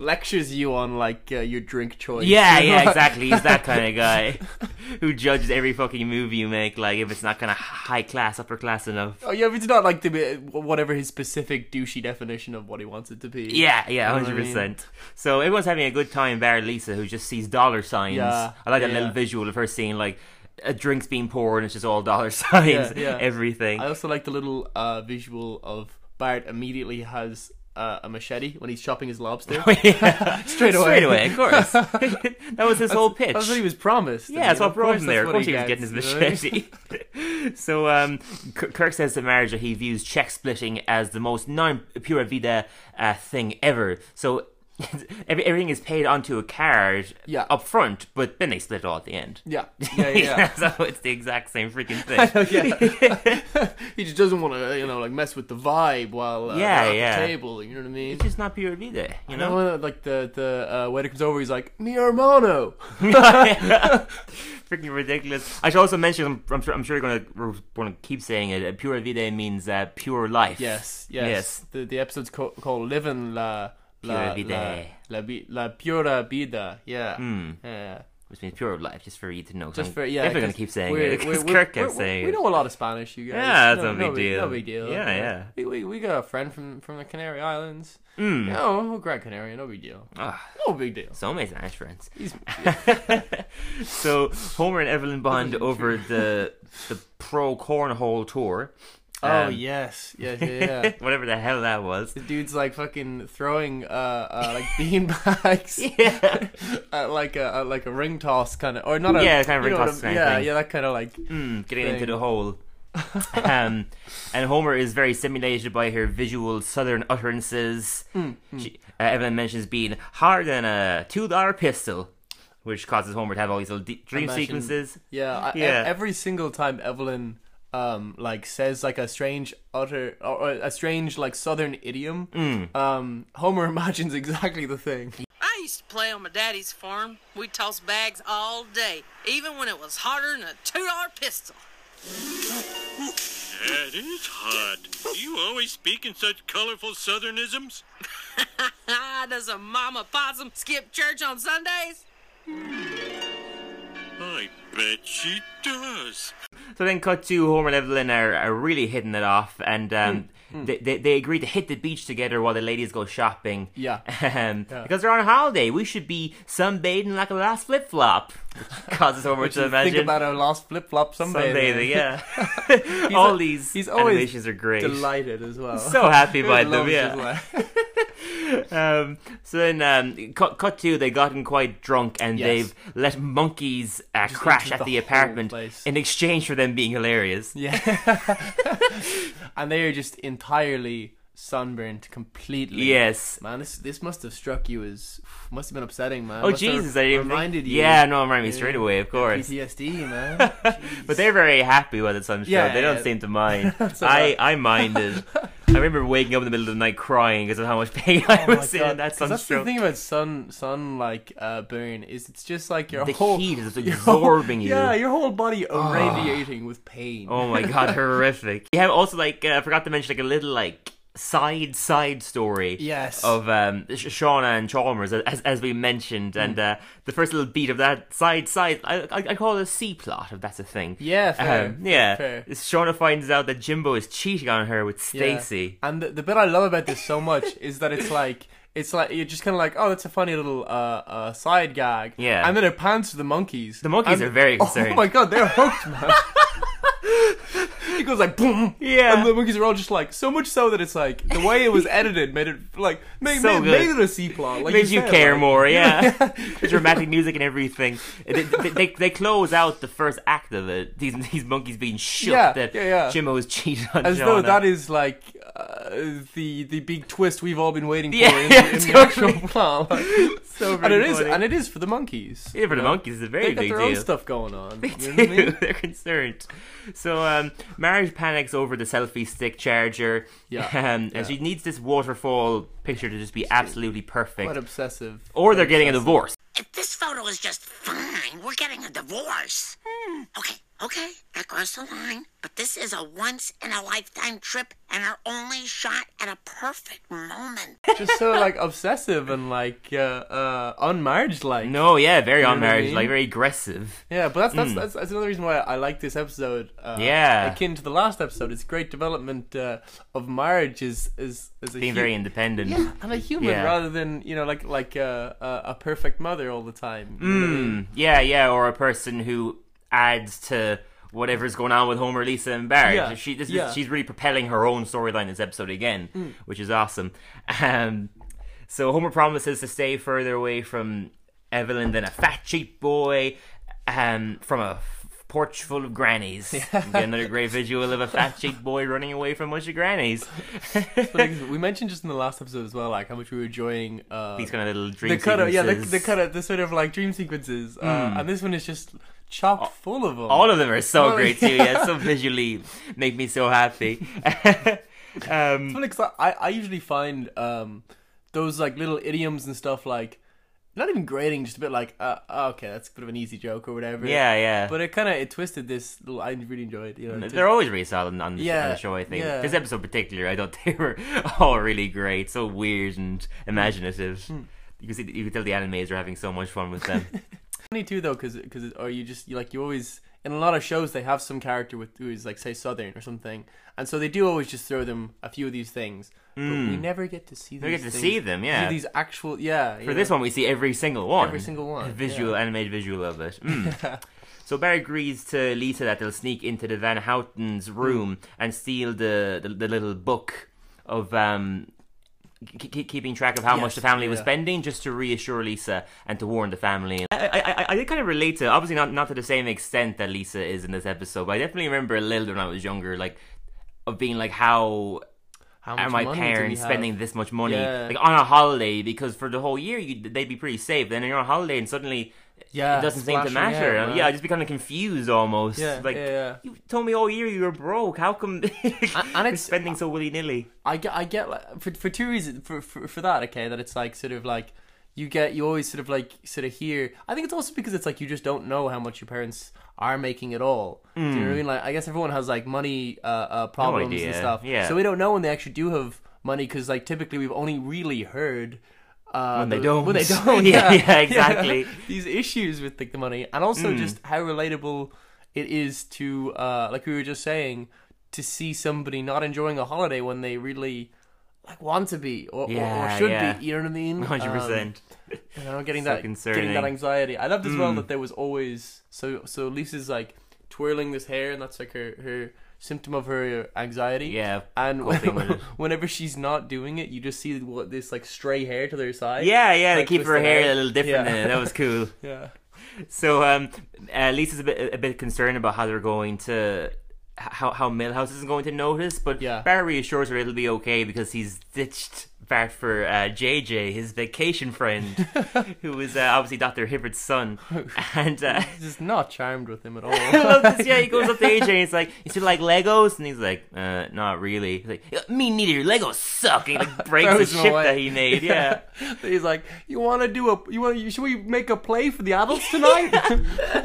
[SPEAKER 2] lectures you on like uh, your drink choice.
[SPEAKER 1] Yeah,
[SPEAKER 2] [laughs] You know,
[SPEAKER 1] yeah,
[SPEAKER 2] like-
[SPEAKER 1] exactly. He's that kind of guy [laughs] who judges every fucking move you make, like if it's not kind of high class, upper class enough.
[SPEAKER 2] Oh yeah, but it's not like the bit- whatever his specific douchey definition of what he wants it to be.
[SPEAKER 1] Yeah, yeah,
[SPEAKER 2] You know
[SPEAKER 1] hundred
[SPEAKER 2] what I mean?
[SPEAKER 1] percent. So everyone's having a good time. Bar Lisa, who just sees dollar signs.
[SPEAKER 2] Yeah,
[SPEAKER 1] I like that
[SPEAKER 2] yeah.
[SPEAKER 1] little visual of her seeing like a drink's being poured and it's just all dollar [laughs] signs,
[SPEAKER 2] Yeah, yeah.
[SPEAKER 1] everything.
[SPEAKER 2] I also like the little uh, visual of Bart immediately has uh, a machete when he's chopping his
[SPEAKER 1] [laughs]
[SPEAKER 2] lobster.
[SPEAKER 1] [laughs] Yeah.
[SPEAKER 2] [laughs] Straight away.
[SPEAKER 1] Straight away, of
[SPEAKER 2] [laughs]
[SPEAKER 1] course. [laughs] that was his whole pitch.
[SPEAKER 2] That's what he was promised.
[SPEAKER 1] Yeah, that's what brought him there. Of
[SPEAKER 2] What
[SPEAKER 1] course, he was getting his machete. [laughs]
[SPEAKER 2] [laughs]
[SPEAKER 1] so, um, K- Kirk says to marriage that he views check splitting as the most non pura vida uh, thing ever. So, [laughs] every, everything is paid onto a card
[SPEAKER 2] Yeah.
[SPEAKER 1] up front, but then they split it all at the end. [laughs]
[SPEAKER 2] Yeah, yeah, yeah.
[SPEAKER 1] so it's the exact same
[SPEAKER 2] [laughs]
[SPEAKER 1] freaking thing.
[SPEAKER 2] yeah. he just doesn't want to, you know, like mess with the vibe while uh,
[SPEAKER 1] Yeah,
[SPEAKER 2] they're at
[SPEAKER 1] yeah.
[SPEAKER 2] the table. You know what I mean?
[SPEAKER 1] [laughs] It's just not pure vida, you
[SPEAKER 2] You [laughs]
[SPEAKER 1] know? [laughs]
[SPEAKER 2] know, like the the uh, waiter comes over, he's like, "Mi
[SPEAKER 1] [laughs]
[SPEAKER 2] hermano."
[SPEAKER 1] Freaking ridiculous. I should also mention, I'm, I'm, sure, I'm sure you're going to going to keep saying it, uh, pura vida means uh, pure life.
[SPEAKER 2] Yes, yes. The the episode's co- called "Living la la
[SPEAKER 1] Pura vida.
[SPEAKER 2] la la, vi- la pura vida." Yeah, yeah.
[SPEAKER 1] which means pure life, just for you to know. 'cause
[SPEAKER 2] Just
[SPEAKER 1] I'm
[SPEAKER 2] for yeah,
[SPEAKER 1] definitely gonna
[SPEAKER 2] 'cause
[SPEAKER 1] keep saying
[SPEAKER 2] we're-
[SPEAKER 1] it
[SPEAKER 2] we're-
[SPEAKER 1] because
[SPEAKER 2] we're-
[SPEAKER 1] Kirk kept
[SPEAKER 2] we're-
[SPEAKER 1] saying
[SPEAKER 2] We
[SPEAKER 1] it.
[SPEAKER 2] know a lot of Spanish, you guys.
[SPEAKER 1] Yeah, it's
[SPEAKER 2] no,
[SPEAKER 1] no big deal.
[SPEAKER 2] No big deal.
[SPEAKER 1] Yeah, yeah. Hmm.
[SPEAKER 2] We, we we got a friend from from the Canary Islands. Mm. No, Grand Canaria, no big deal.
[SPEAKER 1] Ah.
[SPEAKER 2] No big deal.
[SPEAKER 1] So many Spanish friends.
[SPEAKER 2] He's,
[SPEAKER 1] [laughs]
[SPEAKER 2] [laughs]
[SPEAKER 1] So Homer and Evelyn bond over the the pro cornhole tour,
[SPEAKER 2] oh
[SPEAKER 1] Um, [laughs]
[SPEAKER 2] yes, yes, yeah. yeah.
[SPEAKER 1] whatever the hell that was. [laughs]
[SPEAKER 2] the dude's like fucking throwing uh, uh like beanbags
[SPEAKER 1] Yeah,
[SPEAKER 2] [laughs] at like a at like a ring toss kind of or not a
[SPEAKER 1] Yeah, kind of
[SPEAKER 2] you
[SPEAKER 1] ring
[SPEAKER 2] know what
[SPEAKER 1] toss
[SPEAKER 2] I'm-
[SPEAKER 1] kind of
[SPEAKER 2] yeah
[SPEAKER 1] thing.
[SPEAKER 2] yeah that kind of like
[SPEAKER 1] Mm, getting into
[SPEAKER 2] Thing.
[SPEAKER 1] the hole. um, and Homer is very stimulated by her visual southern utterances.
[SPEAKER 2] Mm,
[SPEAKER 1] She, uh, Evelyn mentions being harder than a two dollar pistol, which causes Homer to have all these little de- dream
[SPEAKER 2] Imagine-
[SPEAKER 1] sequences.
[SPEAKER 2] Yeah, I, e-
[SPEAKER 1] Yeah.
[SPEAKER 2] every single time Evelyn um like says like a strange utter or, or a strange like southern idiom,
[SPEAKER 1] Mm.
[SPEAKER 2] um Homer [laughs] imagines exactly the thing.
[SPEAKER 7] I used to play on my daddy's farm. We tossed bags all day, even when it was hotter than a two dollar pistol. [laughs]
[SPEAKER 4] That is hot. Do you always speak in such colorful southernisms?
[SPEAKER 7] Ah, does a mama possum skip church on Sundays?
[SPEAKER 4] I bet she does.
[SPEAKER 1] So then cut to Homer and Evelyn are, are really hitting it off and
[SPEAKER 2] Hmm.
[SPEAKER 1] um, They, they, they agree to hit the beach together while the ladies go shopping.
[SPEAKER 2] Yeah.
[SPEAKER 1] [laughs] Um, Because they're on holiday. We should be sunbathing like a last flip flop.
[SPEAKER 2] [laughs]
[SPEAKER 1] Causes Homer
[SPEAKER 2] Which
[SPEAKER 1] to
[SPEAKER 2] is
[SPEAKER 1] imagine.
[SPEAKER 2] think about our last flip flop someday.
[SPEAKER 1] sunbathing,
[SPEAKER 2] [laughs]
[SPEAKER 1] yeah. [laughs]
[SPEAKER 2] He's
[SPEAKER 1] All
[SPEAKER 2] a-
[SPEAKER 1] these
[SPEAKER 2] he's always
[SPEAKER 1] animations are great.
[SPEAKER 2] Delighted as
[SPEAKER 1] [laughs]
[SPEAKER 2] well.
[SPEAKER 1] so
[SPEAKER 2] [laughs]
[SPEAKER 1] happy by them,
[SPEAKER 2] Loves
[SPEAKER 1] yeah.
[SPEAKER 2] his laugh.
[SPEAKER 1] Um, so then, um, cut, cut to they've gotten quite drunk and
[SPEAKER 2] Yes.
[SPEAKER 1] they've let monkeys uh, crash
[SPEAKER 2] entered
[SPEAKER 1] at
[SPEAKER 2] the
[SPEAKER 1] the,
[SPEAKER 2] whole
[SPEAKER 1] apartment
[SPEAKER 2] place.
[SPEAKER 1] in exchange for them being hilarious.
[SPEAKER 2] and they are just entirely sunburned completely.
[SPEAKER 1] Yes.
[SPEAKER 2] Man, this this must have struck you as must have been upsetting, man.
[SPEAKER 1] Oh
[SPEAKER 2] Must have
[SPEAKER 1] Jesus! I didn't even
[SPEAKER 2] reminded
[SPEAKER 1] think...
[SPEAKER 2] you.
[SPEAKER 1] Yeah, no, remind me
[SPEAKER 2] Yeah.
[SPEAKER 1] straight away, of course. [laughs]
[SPEAKER 2] PTSD, man.
[SPEAKER 1] But they're very happy about the sun show.
[SPEAKER 2] Yeah,
[SPEAKER 1] they don't
[SPEAKER 2] yeah.
[SPEAKER 1] seem to mind.
[SPEAKER 2] [laughs] That's
[SPEAKER 1] I,
[SPEAKER 2] alright.
[SPEAKER 1] I minded. I remember waking up in the middle of the night crying because of how much pain [laughs] I
[SPEAKER 2] Oh my
[SPEAKER 1] was in
[SPEAKER 2] God.
[SPEAKER 1] that
[SPEAKER 2] 'Cause that's the
[SPEAKER 1] sunstroke.
[SPEAKER 2] thing about sun sun like uh, burn is it's just like your
[SPEAKER 1] The
[SPEAKER 2] whole
[SPEAKER 1] heat is
[SPEAKER 2] [laughs] your
[SPEAKER 1] absorbing
[SPEAKER 2] whole-
[SPEAKER 1] you. Ah.
[SPEAKER 2] Yeah, your whole body radiating with pain.
[SPEAKER 1] Oh
[SPEAKER 2] [laughs]
[SPEAKER 1] my god, horrific. You have also like uh, I forgot to mention like a little like side side story.
[SPEAKER 2] Yes.
[SPEAKER 1] Of um Sh- Shauna and Chalmers as as we mentioned, and uh,
[SPEAKER 2] Mm.
[SPEAKER 1] the first little beat of that side side I I, I call it a C plot if that's a thing.
[SPEAKER 2] Yeah, fair.
[SPEAKER 1] Um, yeah.
[SPEAKER 2] Fair.
[SPEAKER 1] Shauna finds out that Jimbo is cheating on her with
[SPEAKER 2] Yeah.
[SPEAKER 1] Stacy.
[SPEAKER 2] And the, the bit I love about this so much [laughs] is that it's like it's like you're just kind of like, oh, that's a funny little uh, uh, side gag.
[SPEAKER 1] Yeah.
[SPEAKER 2] And then it pans to the monkeys.
[SPEAKER 1] The monkeys
[SPEAKER 2] And-
[SPEAKER 1] are very
[SPEAKER 2] Oh
[SPEAKER 1] concerned.
[SPEAKER 2] my god, they're hooked, man.
[SPEAKER 1] [laughs]
[SPEAKER 2] it goes like boom.
[SPEAKER 1] Yeah.
[SPEAKER 2] And the monkeys are all just like so much so that it's like the way it was edited made it like made,
[SPEAKER 1] So
[SPEAKER 2] made,
[SPEAKER 1] good.
[SPEAKER 2] made it a C plot. Like
[SPEAKER 1] Makes you
[SPEAKER 2] said,
[SPEAKER 1] care
[SPEAKER 2] like-
[SPEAKER 1] more,
[SPEAKER 2] [laughs]
[SPEAKER 1] yeah. [laughs] The Dramatic music and everything. They, they, they, they close out the first act of it. These [laughs] these monkeys being shook
[SPEAKER 2] Yeah,
[SPEAKER 1] that
[SPEAKER 2] yeah, yeah.
[SPEAKER 1] Jimbo is cheating on
[SPEAKER 2] As
[SPEAKER 1] Shauna.
[SPEAKER 2] though that is like uh, the the big twist we've all been waiting for
[SPEAKER 1] Yeah, [laughs]
[SPEAKER 2] in, the, in the
[SPEAKER 1] totally.
[SPEAKER 2] actual plot. Like,
[SPEAKER 1] [laughs] so
[SPEAKER 2] and it is,
[SPEAKER 1] funny.
[SPEAKER 2] and it is for the monkeys.
[SPEAKER 1] Yeah, for the monkeys, it's a very
[SPEAKER 2] they got
[SPEAKER 1] big
[SPEAKER 2] their
[SPEAKER 1] deal.
[SPEAKER 2] own stuff going on.
[SPEAKER 1] They
[SPEAKER 2] you know what I
[SPEAKER 1] do.
[SPEAKER 2] mean?
[SPEAKER 1] [laughs] They're concerned. So, um, Marriage panics over the selfie stick charger.
[SPEAKER 2] Yeah,
[SPEAKER 1] [laughs] Um,
[SPEAKER 2] yeah.
[SPEAKER 1] And she needs this waterfall picture to just be absolutely perfect.
[SPEAKER 2] [laughs] Quite obsessive.
[SPEAKER 1] or they're getting a divorce.
[SPEAKER 3] If this photo is just fine, we're getting a divorce. Okay, okay, that crossed the line. But this is a once in a lifetime trip and our only shot at a perfect moment.
[SPEAKER 2] [laughs] just so like obsessive and like uh, uh, unmarriage like.
[SPEAKER 1] No, yeah, very
[SPEAKER 2] know
[SPEAKER 1] on
[SPEAKER 2] what I
[SPEAKER 1] marriage,
[SPEAKER 2] mean?
[SPEAKER 1] like very aggressive.
[SPEAKER 2] Yeah, but that's that's, that's that's another reason why I like this episode. Uh,
[SPEAKER 1] Yeah.
[SPEAKER 2] akin to the last episode, it's great development uh, of marriage is is is a
[SPEAKER 1] Being
[SPEAKER 2] hu-
[SPEAKER 1] very independent.
[SPEAKER 2] yeah, I'm a human
[SPEAKER 1] Yeah.
[SPEAKER 2] rather than you know like like uh, uh, a perfect mother all the time. you know what I mean?
[SPEAKER 1] Mm, yeah, yeah, or a person who adds to whatever's going on with Homer, Lisa, and Barry.
[SPEAKER 2] Yeah,
[SPEAKER 1] She, this
[SPEAKER 2] yeah. Mm.
[SPEAKER 1] is, she's really propelling her own storyline this episode again, which is awesome. Um, so Homer promises to stay further away from Evelyn than a fat cheap boy um, from a f- porch full of
[SPEAKER 2] [laughs]
[SPEAKER 1] grannies. You get another great visual of a fat cheap boy running away from a bunch of grannies.
[SPEAKER 2] Like,
[SPEAKER 1] [laughs]
[SPEAKER 2] we mentioned just in the last episode as well, like how much we were enjoying uh,
[SPEAKER 1] These kind of little dream
[SPEAKER 2] the cut of yeah the,
[SPEAKER 1] sequences. Hmm.
[SPEAKER 2] the cut of the sort of like dream sequences, uh, and this one is just chock full of them.
[SPEAKER 1] All of them are so
[SPEAKER 2] Well,
[SPEAKER 1] great
[SPEAKER 2] [laughs]
[SPEAKER 1] too. Yeah, so visually make me so happy. [laughs] um,
[SPEAKER 2] Well, 'cause I, I usually find um, those like little idioms and stuff like not even grating, just a bit like uh, oh, okay, that's a bit of an easy joke or whatever.
[SPEAKER 1] yeah, yeah.
[SPEAKER 2] But it kind of it twisted this. Little, I really enjoyed. You know, it
[SPEAKER 1] they're always really solid on the, on
[SPEAKER 2] Yeah,
[SPEAKER 1] the show. I think
[SPEAKER 2] yeah.
[SPEAKER 1] this episode in particular, I thought [laughs] they were all really great, so weird and imaginative.
[SPEAKER 2] Hmm.
[SPEAKER 1] You can see, you can tell the animators are having so much fun with
[SPEAKER 2] [laughs]
[SPEAKER 1] them.
[SPEAKER 2] funny too though, because because or you just you, like you always in a lot of shows they have some character with who is like say southern or something, and so they do always just throw them a few of these things, but we never get to see. These
[SPEAKER 1] We Hmm. get to
[SPEAKER 2] things.
[SPEAKER 1] see them,
[SPEAKER 2] See
[SPEAKER 1] yeah.
[SPEAKER 2] these actual yeah.
[SPEAKER 1] For this one, we see every single one.
[SPEAKER 2] Every single one,
[SPEAKER 1] A [laughs] visual, animated visual of
[SPEAKER 2] [laughs]
[SPEAKER 1] it. Mm. so Barry agrees to Lisa that they'll sneak into the Van
[SPEAKER 2] Hmm.
[SPEAKER 1] Houten's room and steal the, the, the little book of um, k- k- keeping track of how much
[SPEAKER 2] Yes,
[SPEAKER 1] the family was
[SPEAKER 2] yeah.
[SPEAKER 1] spending, just to reassure Lisa and to warn the family. I, I, I, I did kind of relate to, obviously not not to the same extent that Lisa is in this episode, but I definitely remember a little bit when I was younger, like of being like how
[SPEAKER 2] How
[SPEAKER 1] are
[SPEAKER 2] much
[SPEAKER 1] my
[SPEAKER 2] money do we
[SPEAKER 1] parents
[SPEAKER 2] have?
[SPEAKER 1] spending this much money
[SPEAKER 2] Yeah.
[SPEAKER 1] like on a holiday because for the whole year you they'd be pretty safe then you're on holiday and suddenly
[SPEAKER 2] Yeah,
[SPEAKER 1] it doesn't seem to
[SPEAKER 2] splashing
[SPEAKER 1] matter
[SPEAKER 2] out,
[SPEAKER 1] yeah,
[SPEAKER 2] man.
[SPEAKER 1] i just be kind of confused almost
[SPEAKER 2] Yeah,
[SPEAKER 1] like
[SPEAKER 2] yeah, yeah.
[SPEAKER 1] you told me all year you were broke how come [laughs]
[SPEAKER 2] and
[SPEAKER 1] you're
[SPEAKER 2] it's-
[SPEAKER 1] spending so willy-nilly
[SPEAKER 2] I get, I get like, for for two reasons for, for for that okay that it's like sort of like you get you always sort of like sort of hear I think it's also because it's like you just don't know how much your parents are making at all. Do you know what I mean? Like I guess everyone has like money uh, uh problems
[SPEAKER 1] Hmm. idea,
[SPEAKER 2] and stuff.
[SPEAKER 1] yeah.
[SPEAKER 2] So we don't know when they actually do have money because like typically we've only really heard. Uh,
[SPEAKER 1] When they
[SPEAKER 2] the-
[SPEAKER 1] don't. [laughs]
[SPEAKER 2] When they don't.
[SPEAKER 1] Yeah,
[SPEAKER 2] [laughs] Yeah,
[SPEAKER 1] yeah, exactly. Hmm.
[SPEAKER 2] These issues with like the money, and also just how relatable it is to, uh, like we were just saying, to see somebody not enjoying a holiday when they really like want to be or, or- or,
[SPEAKER 1] Yeah,
[SPEAKER 2] should
[SPEAKER 1] yeah.
[SPEAKER 2] be. You know what
[SPEAKER 1] [laughs]
[SPEAKER 2] I mean?
[SPEAKER 1] 100%
[SPEAKER 2] Um, you know, getting
[SPEAKER 1] So
[SPEAKER 2] that getting
[SPEAKER 1] concerning. Hmm.
[SPEAKER 2] that anxiety. I loved as well that there was always so so Lisa's like twirling this hair, and that's like her her symptom of her anxiety.
[SPEAKER 1] Yeah,
[SPEAKER 2] and
[SPEAKER 1] coping with it.
[SPEAKER 2] [laughs] whenever she's not doing it, you just see what this like stray hair to their side.
[SPEAKER 1] yeah yeah they
[SPEAKER 2] like
[SPEAKER 1] keep her
[SPEAKER 2] twisted
[SPEAKER 1] hair
[SPEAKER 2] out.
[SPEAKER 1] a little different
[SPEAKER 2] Yeah.
[SPEAKER 1] in it. that was
[SPEAKER 2] [laughs]
[SPEAKER 1] cool
[SPEAKER 2] yeah.
[SPEAKER 1] so um uh, lisa's a bit, a bit concerned about how they're going to how how Millhouse isn't going to notice, but
[SPEAKER 2] Yeah.
[SPEAKER 1] Bart reassures her it'll be okay because he's ditched Bart for uh, JJ, his vacation
[SPEAKER 2] [laughs]
[SPEAKER 1] friend, who is uh, obviously Doctor Hibbert's son, and. Uh, [laughs]
[SPEAKER 2] Just not charmed with him at
[SPEAKER 1] I love
[SPEAKER 2] all.
[SPEAKER 1] this. Yeah, he goes up to AJ and he's like, "You still like Legos?" And he's like, uh, "Not really." He's like, "Yeah, "Me neither. Your Legos suck." And he like breaks the
[SPEAKER 2] [laughs] Throws him
[SPEAKER 1] ship
[SPEAKER 2] away.
[SPEAKER 1] that he made.
[SPEAKER 2] [laughs]
[SPEAKER 1] Yeah,
[SPEAKER 2] He's like, you want to do a, you want, to should we make a play for the adults
[SPEAKER 1] [laughs]
[SPEAKER 2] tonight?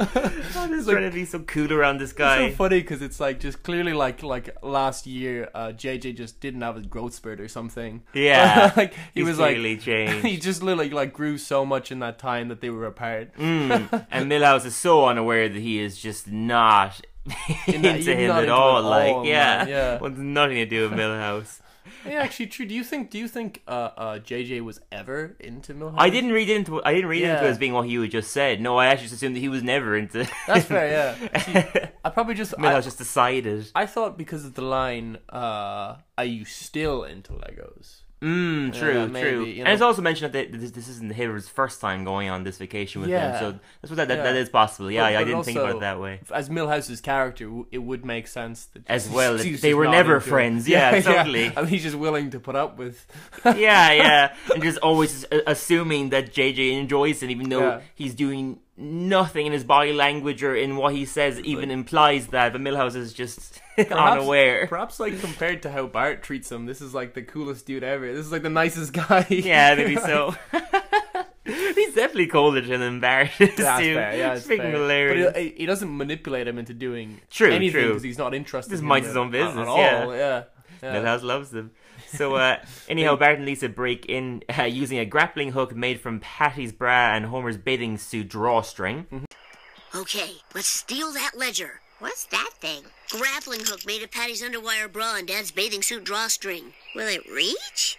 [SPEAKER 1] he's trying to be so cool around this
[SPEAKER 2] so
[SPEAKER 1] guy.
[SPEAKER 2] funny because it's like just clearly like like last year, uh, JJ just didn't have his growth spurt or something.
[SPEAKER 1] Yeah,
[SPEAKER 2] [laughs] like [laughs] he
[SPEAKER 1] He's
[SPEAKER 2] was like,
[SPEAKER 1] clearly changed.
[SPEAKER 2] he just literally like grew so much in that time that they were apart.
[SPEAKER 1] Mm. and Millhouse is so unaware that he is just not [laughs] into
[SPEAKER 2] you're
[SPEAKER 1] him
[SPEAKER 2] not
[SPEAKER 1] at
[SPEAKER 2] into
[SPEAKER 1] all.
[SPEAKER 2] him at
[SPEAKER 1] like,
[SPEAKER 2] all,
[SPEAKER 1] yeah,
[SPEAKER 2] man, yeah.
[SPEAKER 1] wants nothing to do
[SPEAKER 2] [laughs]
[SPEAKER 1] with Millhouse.
[SPEAKER 2] Yeah, actually, true. Do you think? Do you think uh, uh, JJ was ever into Milhouse?
[SPEAKER 1] I didn't read into. I didn't read into
[SPEAKER 2] Yeah.
[SPEAKER 1] it as being what you had just said. No, I actually just assumed that he was never into.
[SPEAKER 2] That's fair.
[SPEAKER 1] [laughs]
[SPEAKER 2] Yeah, I probably just. I,
[SPEAKER 1] Millhouse just decided.
[SPEAKER 2] I thought because of the line, uh, "Are you still into Legos?"
[SPEAKER 1] Mm, true,
[SPEAKER 2] maybe,
[SPEAKER 1] true.
[SPEAKER 2] you
[SPEAKER 1] And it's
[SPEAKER 2] know.
[SPEAKER 1] also mentioned that this, this isn't Hitler's first time going on this vacation with
[SPEAKER 2] Yeah.
[SPEAKER 1] him, so that's what that, that,
[SPEAKER 2] Yeah.
[SPEAKER 1] that is possible. Yeah,
[SPEAKER 2] But-
[SPEAKER 1] I
[SPEAKER 2] but
[SPEAKER 1] didn't think about
[SPEAKER 2] also,
[SPEAKER 1] it that way.
[SPEAKER 2] As Milhouse's character, w- it would make sense that
[SPEAKER 1] As well,
[SPEAKER 2] he's
[SPEAKER 1] they
[SPEAKER 2] just
[SPEAKER 1] were
[SPEAKER 2] not
[SPEAKER 1] never
[SPEAKER 2] into it. [laughs]
[SPEAKER 1] friends. Yeah, totally.
[SPEAKER 2] And he's just willing to put up with.
[SPEAKER 1] [laughs] yeah, yeah. And just always a- assuming that JJ enjoys it, even though
[SPEAKER 2] Yeah.
[SPEAKER 1] he's doing nothing in his body language or in what he says even implies that, but Milhouse is just
[SPEAKER 2] [laughs]
[SPEAKER 1] [laughs]
[SPEAKER 2] Perhaps-
[SPEAKER 1] unaware.
[SPEAKER 2] Perhaps like compared to how Bart treats him, this is like the coolest dude ever. This is like the nicest [laughs] guy.
[SPEAKER 1] Yeah, maybe
[SPEAKER 2] [laughs]
[SPEAKER 1] so. [laughs] he's definitely colder than embarrassed too.
[SPEAKER 2] That's fair. Yeah, it's
[SPEAKER 1] Freaking
[SPEAKER 2] fair.
[SPEAKER 1] hilarious.
[SPEAKER 2] But he, he doesn't manipulate him into doing
[SPEAKER 1] True,
[SPEAKER 2] anything
[SPEAKER 1] true.
[SPEAKER 2] because he's not interested.
[SPEAKER 1] Just
[SPEAKER 2] in
[SPEAKER 1] minds
[SPEAKER 2] it
[SPEAKER 1] his own
[SPEAKER 2] at- at
[SPEAKER 1] business,
[SPEAKER 2] all,
[SPEAKER 1] yeah.
[SPEAKER 2] yeah. Yeah.
[SPEAKER 1] Milhouse loves them. So,
[SPEAKER 2] [laughs]
[SPEAKER 1] uh, anyhow, Bart and Lisa break in uh, using a grappling hook made from Patty's bra and Homer's bathing suit drawstring.
[SPEAKER 2] Mm-hmm.
[SPEAKER 3] Okay, let's steal that ledger. What's that thing? Grappling hook made of Patty's underwire bra and Dad's bathing suit drawstring. Will it reach?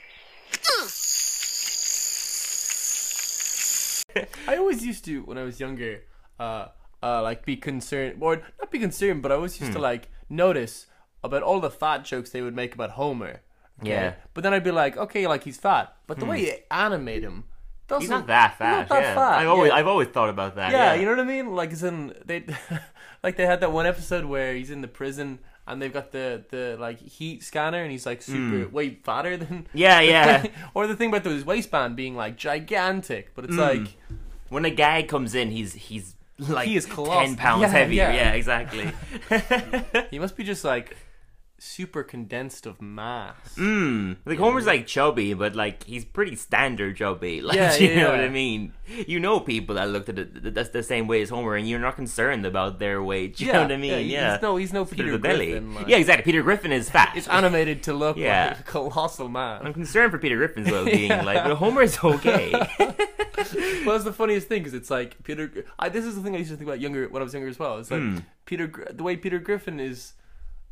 [SPEAKER 3] Ugh.
[SPEAKER 2] I always used to when I was younger, uh, uh, like be concerned or not be concerned, but I always
[SPEAKER 1] Hmm.
[SPEAKER 2] used to like notice about all the fat jokes they would make about Homer. okay?
[SPEAKER 1] Yeah. Hmm.
[SPEAKER 2] But then I'd be like, okay, like he's fat, but the way you animate him. Doesn't,
[SPEAKER 1] He's not that
[SPEAKER 2] he's
[SPEAKER 1] fat.
[SPEAKER 2] not that
[SPEAKER 1] yeah.
[SPEAKER 2] fat,
[SPEAKER 1] I've always,
[SPEAKER 2] yeah.
[SPEAKER 1] I've always thought about that.
[SPEAKER 2] Yeah, you know what I mean. Like, as in they, [laughs] like they had that one episode where he's in the prison and they've got the the like heat scanner and he's like super way fatter than.
[SPEAKER 1] Yeah, Hmm. yeah.
[SPEAKER 2] [laughs] or the thing about his waistband being like gigantic, but it's
[SPEAKER 1] Hmm.
[SPEAKER 2] like
[SPEAKER 1] when a guy comes in, he's he's like
[SPEAKER 2] He is
[SPEAKER 1] ten
[SPEAKER 2] colossal.
[SPEAKER 1] pounds
[SPEAKER 2] Yeah,
[SPEAKER 1] heavier.
[SPEAKER 2] yeah.
[SPEAKER 1] yeah exactly.
[SPEAKER 2] he must be just like super condensed of mass.
[SPEAKER 1] Mm, Like Homer's like chubby, but like he's pretty standard chubby. [laughs] Like
[SPEAKER 2] Yeah,
[SPEAKER 1] do you
[SPEAKER 2] yeah,
[SPEAKER 1] know what
[SPEAKER 2] yeah.
[SPEAKER 1] I mean. You know people that looked at it th- that's the same way as Homer, and you're not concerned about their weight. [laughs] You know what I mean? Yeah,
[SPEAKER 2] He's no, he's no
[SPEAKER 1] Sort of
[SPEAKER 2] Peter
[SPEAKER 1] the belly.
[SPEAKER 2] Griffin. Like,
[SPEAKER 1] yeah, exactly. Peter Griffin
[SPEAKER 2] [laughs]
[SPEAKER 1] is fat.
[SPEAKER 2] it's animated to look
[SPEAKER 1] Yeah.
[SPEAKER 2] like a colossal man.
[SPEAKER 1] I'm concerned for Peter
[SPEAKER 2] [laughs]
[SPEAKER 1] Griffin's well-being. Like, but Homer is okay.
[SPEAKER 2] well, that's the funniest thing because it's like Peter. Gr- I, this is the thing I used to think about younger when I was younger as well. It's like
[SPEAKER 1] Hmm.
[SPEAKER 2] Peter, Gr- the way Peter Griffin is,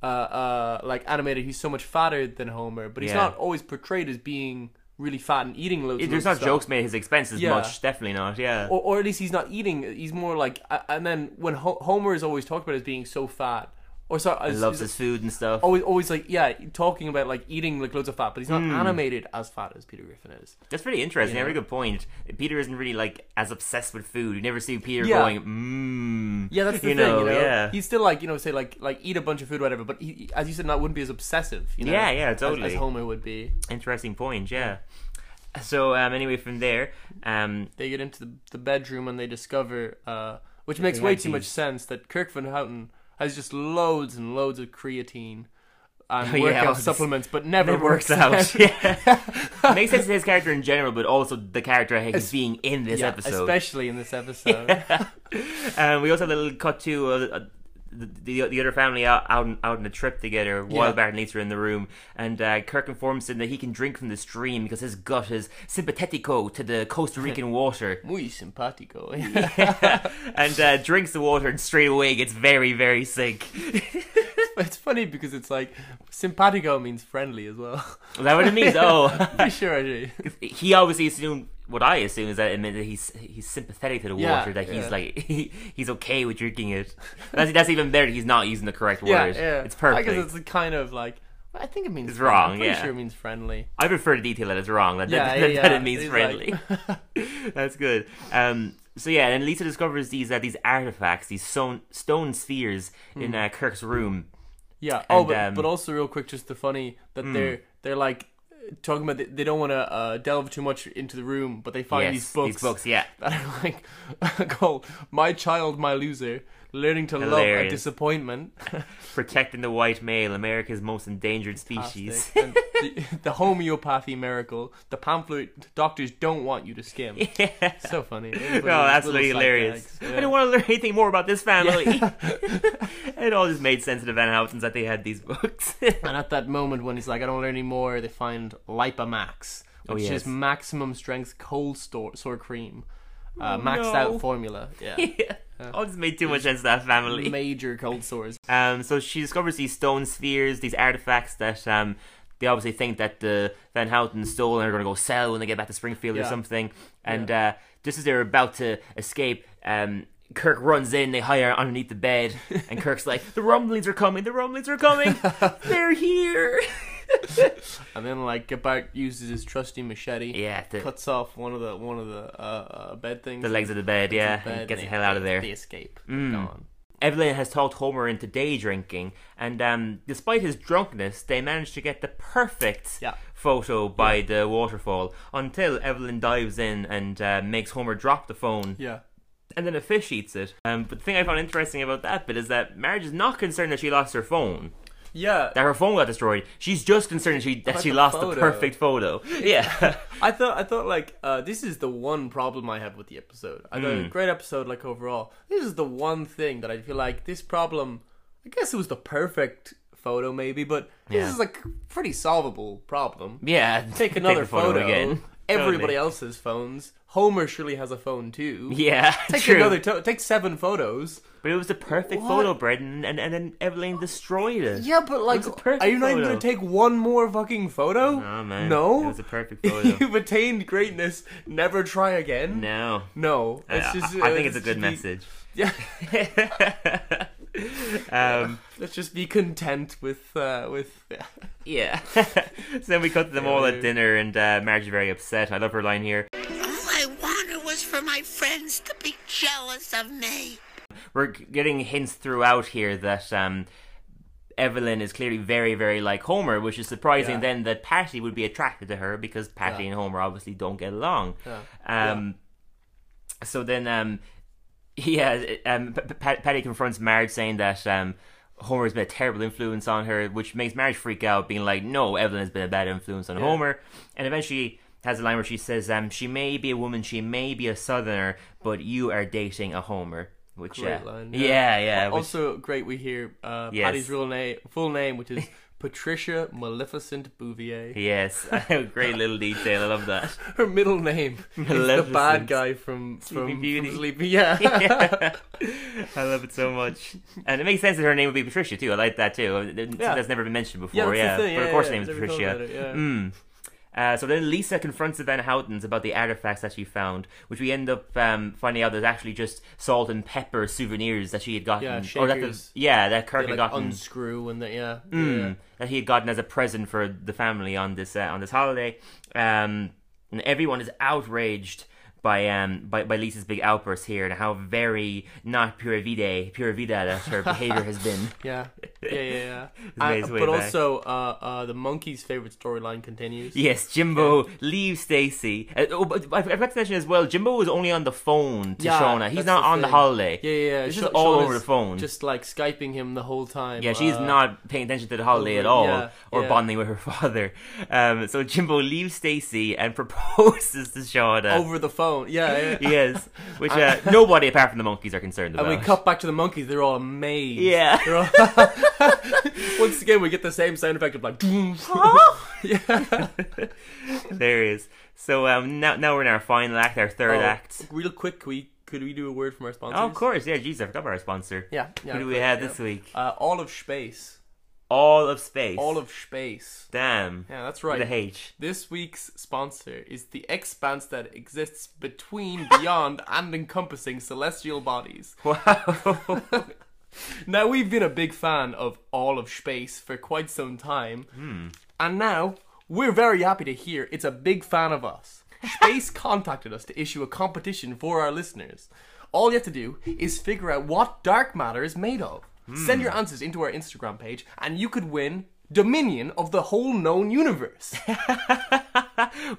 [SPEAKER 2] uh, uh, like animated, he's so much fatter than Homer, but he's
[SPEAKER 1] Yeah.
[SPEAKER 2] not always portrayed as being really fat and eating loads. and
[SPEAKER 1] There's
[SPEAKER 2] loads of
[SPEAKER 1] not
[SPEAKER 2] stuff.
[SPEAKER 1] jokes made at his expense as
[SPEAKER 2] Yeah.
[SPEAKER 1] much. Definitely not. Yeah.
[SPEAKER 2] or, or at least he's not eating. He's more like, uh, and then when Ho- Homer is always talked about as being so fat, or so as,
[SPEAKER 1] Loves
[SPEAKER 2] is-
[SPEAKER 1] his food and stuff.
[SPEAKER 2] always, always like, yeah, talking about like eating like loads of fat, but he's not animated as fat as Peter Griffin is.
[SPEAKER 1] That's pretty interesting. Very good point. Peter isn't really like as obsessed with food. You never see Peter
[SPEAKER 2] Yeah.
[SPEAKER 1] going, mmm.
[SPEAKER 2] Yeah, that's the
[SPEAKER 1] you
[SPEAKER 2] thing.
[SPEAKER 1] Know,
[SPEAKER 2] you know,
[SPEAKER 1] Yeah.
[SPEAKER 2] he's still like you know say like like eat a bunch of food, whatever. But he, he- as you said, that wouldn't be as obsessive. You know,
[SPEAKER 1] Yeah, yeah,
[SPEAKER 2] as- As,
[SPEAKER 1] totally.
[SPEAKER 2] Homer would be.
[SPEAKER 1] Interesting point. Yeah. So um, anyway, from there, um,
[SPEAKER 2] They get into the, the bedroom and they discover, uh, which makes
[SPEAKER 1] they
[SPEAKER 2] way
[SPEAKER 1] had
[SPEAKER 2] too much
[SPEAKER 1] these-
[SPEAKER 2] sense, that Kirk Van Houten has just loads and loads of creatine
[SPEAKER 1] [laughs]
[SPEAKER 2] and
[SPEAKER 1] yeah,
[SPEAKER 2] workout
[SPEAKER 1] all this-
[SPEAKER 2] supplements, but never,
[SPEAKER 1] it works out. [laughs]
[SPEAKER 2] [laughs]
[SPEAKER 1] Yeah. Makes sense to his character in general, but also the character he's being in this
[SPEAKER 2] Yeah,
[SPEAKER 1] episode.
[SPEAKER 2] especially in this
[SPEAKER 1] [laughs]
[SPEAKER 2] episode.
[SPEAKER 1] Um, we also have a little cut to uh, uh, the, the the other family out out, on- out on a trip together while
[SPEAKER 2] Yeah.
[SPEAKER 1] Bart and Lisa are in the room, and uh, Kirk informs him that he can drink from the stream because his gut is sympathetico to the Costa Rican water,
[SPEAKER 2] Muy simpático.
[SPEAKER 1] and uh, drinks the water and straight away gets very very sick.
[SPEAKER 2] [laughs] it's funny because it's like simpatico means friendly as well. [laughs]
[SPEAKER 1] Is that what it means? Oh,
[SPEAKER 2] Pretty sure I do.
[SPEAKER 1] he obviously assumed. What I assume is that it meant that he's he's sympathetic to the
[SPEAKER 2] Yeah,
[SPEAKER 1] water, that he's
[SPEAKER 2] yeah.
[SPEAKER 1] like [laughs] he, he's okay with drinking it. That's that's even better. He's not using the correct
[SPEAKER 2] Yeah,
[SPEAKER 1] word.
[SPEAKER 2] yeah.
[SPEAKER 1] It's perfect.
[SPEAKER 2] I guess it's the kind of like. I think it means.
[SPEAKER 1] It's
[SPEAKER 2] friendly.
[SPEAKER 1] wrong,
[SPEAKER 2] I'm pretty
[SPEAKER 1] yeah.
[SPEAKER 2] sure it means friendly.
[SPEAKER 1] I prefer to detail it as wrong. That, that,
[SPEAKER 2] Yeah,
[SPEAKER 1] that,
[SPEAKER 2] yeah,
[SPEAKER 1] that
[SPEAKER 2] yeah.
[SPEAKER 1] it means
[SPEAKER 2] It's
[SPEAKER 1] friendly. [laughs] That's good. Um, so yeah, and Lisa
[SPEAKER 2] Hmm.
[SPEAKER 1] discovers these uh, these artifacts, these stone stone spheres in uh, Kirk's room.
[SPEAKER 2] Yeah. Oh,
[SPEAKER 1] And,
[SPEAKER 2] but,
[SPEAKER 1] um, Hmm.
[SPEAKER 2] but also real quick, just the funny that they're they're like uh, talking about they, they don't want to uh, delve too much into the room, but they find
[SPEAKER 1] Yes,
[SPEAKER 2] these books.
[SPEAKER 1] these books, yeah.
[SPEAKER 2] [laughs] That are like [laughs] called "My Child, My Loser." Learning to love and
[SPEAKER 1] Hilarious.
[SPEAKER 2] disappointment.
[SPEAKER 1] [laughs] Protecting the white male, America's most endangered species.
[SPEAKER 2] And the, [laughs] the homeopathy miracle. The pamphlet doctors don't want you
[SPEAKER 1] [laughs]
[SPEAKER 2] to skim. So funny. Everybody
[SPEAKER 1] No,
[SPEAKER 2] with
[SPEAKER 1] absolutely
[SPEAKER 2] little side
[SPEAKER 1] Oh, hilarious.
[SPEAKER 2] gags.
[SPEAKER 1] I
[SPEAKER 2] Yeah.
[SPEAKER 1] don't want to learn anything more about this family. [laughs] it all just made sense to the Van Houtens that they had these books. [laughs]
[SPEAKER 2] And at that moment when he's like, I don't learn anymore, they find Lipamax, which
[SPEAKER 1] Oh, yes.
[SPEAKER 2] is maximum strength cold store, sore cream.
[SPEAKER 1] Oh,
[SPEAKER 2] Uh, maxed out formula.
[SPEAKER 1] [laughs]
[SPEAKER 2] Yeah.
[SPEAKER 1] all just made too much sense to that family.
[SPEAKER 2] Major cold sores.
[SPEAKER 1] Um, so she discovers these stone spheres, these artifacts that um, they obviously think that the Van Houten stole and are going to go sell when they get back to Springfield or
[SPEAKER 2] Yeah.
[SPEAKER 1] something. And uh, just as they're about to escape, um, Kirk runs in. They hide underneath the bed, and Kirk's like, "The rumblings are coming! The rumblings are
[SPEAKER 2] [laughs]
[SPEAKER 1] coming! they're here!"
[SPEAKER 2] And then like Gebart uses his trusty machete.
[SPEAKER 1] Yeah, the-
[SPEAKER 2] cuts off one of the one of the uh, uh, bed things.
[SPEAKER 1] the legs of the bed, yeah,
[SPEAKER 2] bed,
[SPEAKER 1] and gets
[SPEAKER 2] they-
[SPEAKER 1] the hell out of there. Mm.
[SPEAKER 2] They escape. They're Gone.
[SPEAKER 1] Evelyn has talked Homer into day drinking, and um, despite his drunkenness, they manage to get the perfect
[SPEAKER 2] Yeah.
[SPEAKER 1] photo by the waterfall until Evelyn dives in and uh, makes Homer drop the phone,
[SPEAKER 2] Yeah.
[SPEAKER 1] and then a fish eats it. Um, but the thing I found interesting about that bit is that Marge is not concerned that she lost her phone,
[SPEAKER 2] Yeah.
[SPEAKER 1] that her phone got destroyed. She's just concerned that she, that
[SPEAKER 2] About
[SPEAKER 1] she
[SPEAKER 2] the
[SPEAKER 1] lost the
[SPEAKER 2] photo.
[SPEAKER 1] perfect photo. Yeah.
[SPEAKER 2] I thought I thought like uh, this is the one problem I have with the episode. I thought
[SPEAKER 1] Hmm.
[SPEAKER 2] it was a great episode like overall. This is the one thing that I feel like this problem. I guess it was the perfect photo maybe, but
[SPEAKER 1] Yeah.
[SPEAKER 2] this is like pretty solvable problem.
[SPEAKER 1] [laughs] yeah.
[SPEAKER 2] [laughs] Take another
[SPEAKER 1] the
[SPEAKER 2] photo. [laughs]
[SPEAKER 1] again. [laughs]
[SPEAKER 2] Everybody
[SPEAKER 1] Totally.
[SPEAKER 2] else has phones. Homer surely has a phone too.
[SPEAKER 1] Yeah.
[SPEAKER 2] Take
[SPEAKER 1] true.
[SPEAKER 2] another. To- take seven photos.
[SPEAKER 1] But it was the perfect
[SPEAKER 2] What?
[SPEAKER 1] photo, Brendan, and, and then Evelyn destroyed it.
[SPEAKER 2] Yeah, but like,
[SPEAKER 1] was a perfect
[SPEAKER 2] are you not even
[SPEAKER 1] photo.
[SPEAKER 2] going to take one more fucking photo?
[SPEAKER 1] No, man.
[SPEAKER 2] No,
[SPEAKER 1] It was a perfect photo.
[SPEAKER 2] [laughs] You've attained greatness. Never try again.
[SPEAKER 1] No.
[SPEAKER 2] No, it's
[SPEAKER 1] I-
[SPEAKER 2] just,
[SPEAKER 1] I, I think it's a good message.
[SPEAKER 2] [laughs] Yeah,
[SPEAKER 1] [laughs] um,
[SPEAKER 2] let's just be content with uh, with. Yeah.
[SPEAKER 1] yeah. [laughs] so then we cut to them all at dinner, and uh, Marge is very upset. I love her line here.
[SPEAKER 3] All I wanted was for my friends to be jealous of me.
[SPEAKER 1] We're g- getting hints throughout here that um, Evelyn is clearly very, very like Homer, which is surprising
[SPEAKER 2] Yeah.
[SPEAKER 1] then that Patty would be attracted to her because Patty and Homer obviously don't get along. Um, So then, um, yeah, um, P- P- Pat- Patty confronts Marge saying that um, Homer's been a terrible influence on her, which makes Marge freak out, being like, "No, Evelyn has been a bad influence on Homer." And eventually has a line where she says, um, "She may be a woman, she may be a Southerner, but you are dating a Homer." Which
[SPEAKER 2] Great
[SPEAKER 1] uh,
[SPEAKER 2] line,
[SPEAKER 1] yeah, yeah,
[SPEAKER 2] yeah.
[SPEAKER 1] which-
[SPEAKER 2] Also, great we hear uh,
[SPEAKER 1] Yes.
[SPEAKER 2] Patty's real name, full
[SPEAKER 1] [laughs]
[SPEAKER 2] name, which is Patricia Maleficent Bouvier.
[SPEAKER 1] yes, [laughs] great little detail. I love
[SPEAKER 2] [laughs]
[SPEAKER 1] that. [laughs]
[SPEAKER 2] Her middle name is the
[SPEAKER 1] Maleficent.
[SPEAKER 2] bad guy from from from
[SPEAKER 1] Beauty.
[SPEAKER 2] Sleepy.
[SPEAKER 1] [laughs]
[SPEAKER 2] Yeah.
[SPEAKER 1] I love it so much, and it makes sense that her name would be Patricia too. I like that too.
[SPEAKER 2] Yeah.
[SPEAKER 1] That's never been mentioned
[SPEAKER 2] [laughs] Yeah,
[SPEAKER 1] before.
[SPEAKER 2] that's
[SPEAKER 1] Yeah,
[SPEAKER 2] the thing.
[SPEAKER 1] but
[SPEAKER 2] yeah,
[SPEAKER 1] of course,
[SPEAKER 2] yeah,
[SPEAKER 1] her name is
[SPEAKER 2] never thought
[SPEAKER 1] Patricia. Mm,
[SPEAKER 2] about it, yeah.
[SPEAKER 1] Uh, so then Lisa confronts the Van Houtens about the artifacts that she found, which we end up um, finding out is actually just salt and pepper souvenirs that she had gotten.
[SPEAKER 2] Yeah,
[SPEAKER 1] or that the,
[SPEAKER 2] shakers.
[SPEAKER 1] yeah, that Kirk
[SPEAKER 2] They,
[SPEAKER 1] had
[SPEAKER 2] like
[SPEAKER 1] gotten. Mm.
[SPEAKER 2] unscrew and they, yeah, yeah.
[SPEAKER 1] that he had gotten as a present for the family on this uh, on this holiday, um, and everyone is outraged by um by, by Lisa's big outburst here and how very not pura vida pura vida that her behavior has
[SPEAKER 2] [laughs]
[SPEAKER 1] been.
[SPEAKER 2] Yeah, yeah, yeah.
[SPEAKER 1] [laughs]
[SPEAKER 2] yeah.
[SPEAKER 1] made his
[SPEAKER 2] Uh,
[SPEAKER 1] way
[SPEAKER 2] but
[SPEAKER 1] back.
[SPEAKER 2] also, uh, uh, the monkey's favorite storyline continues.
[SPEAKER 1] Yes, Jimbo leaves Stacy. Uh, oh, but I I forgot to mention as well, Jimbo was only on the phone to
[SPEAKER 2] Yeah,
[SPEAKER 1] Shauna. He's
[SPEAKER 2] that's
[SPEAKER 1] not
[SPEAKER 2] the
[SPEAKER 1] on the
[SPEAKER 2] thing.
[SPEAKER 1] holiday.
[SPEAKER 2] Yeah, yeah. yeah.
[SPEAKER 1] This is
[SPEAKER 2] Sha-
[SPEAKER 1] all
[SPEAKER 2] Sean
[SPEAKER 1] over the phone.
[SPEAKER 2] Just like skyping him the whole time.
[SPEAKER 1] Yeah, she's
[SPEAKER 2] uh,
[SPEAKER 1] not paying attention to the holiday at
[SPEAKER 2] yeah,
[SPEAKER 1] all or
[SPEAKER 2] yeah.
[SPEAKER 1] bonding with her [laughs] father. Um, so Jimbo leaves Stacy and [laughs] proposes to Shauna.
[SPEAKER 2] over [laughs] the phone. Yeah,
[SPEAKER 1] [laughs]
[SPEAKER 2] yeah. yeah.
[SPEAKER 1] yes, which uh, nobody apart from the monkeys are concerned about.
[SPEAKER 2] And we cut back to the monkeys. They're all amazed.
[SPEAKER 1] Yeah.
[SPEAKER 2] [laughs] They're all Once again, we get the same sound effect
[SPEAKER 1] [laughs]
[SPEAKER 2] of like. yeah.
[SPEAKER 1] Hilarious. So um, now now we're in our final act, our
[SPEAKER 2] Oh,
[SPEAKER 1] third act.
[SPEAKER 2] Real quick, could we could we do a word from our sponsors?
[SPEAKER 1] Oh, of course, yeah. Jeez, I forgot about our sponsor.
[SPEAKER 2] Yeah, yeah,
[SPEAKER 1] Who do
[SPEAKER 2] of
[SPEAKER 1] we
[SPEAKER 2] course,
[SPEAKER 1] have
[SPEAKER 2] yeah.
[SPEAKER 1] this week?
[SPEAKER 2] Uh, all of space.
[SPEAKER 1] All of space.
[SPEAKER 2] All of space.
[SPEAKER 1] damn.
[SPEAKER 2] Yeah, that's right.
[SPEAKER 1] The H.
[SPEAKER 2] This week's sponsor is the expanse that exists between, [laughs] beyond, and encompassing celestial bodies.
[SPEAKER 1] Wow.
[SPEAKER 2] [laughs] Now, we've been a big fan of all of space for quite some time, and now we're very happy to hear it's a big fan of us. Space contacted us to issue a competition for our listeners. All you have to do is figure out what dark matter is made of. Send your answers into our Instagram page, and you could win dominion of the whole known universe.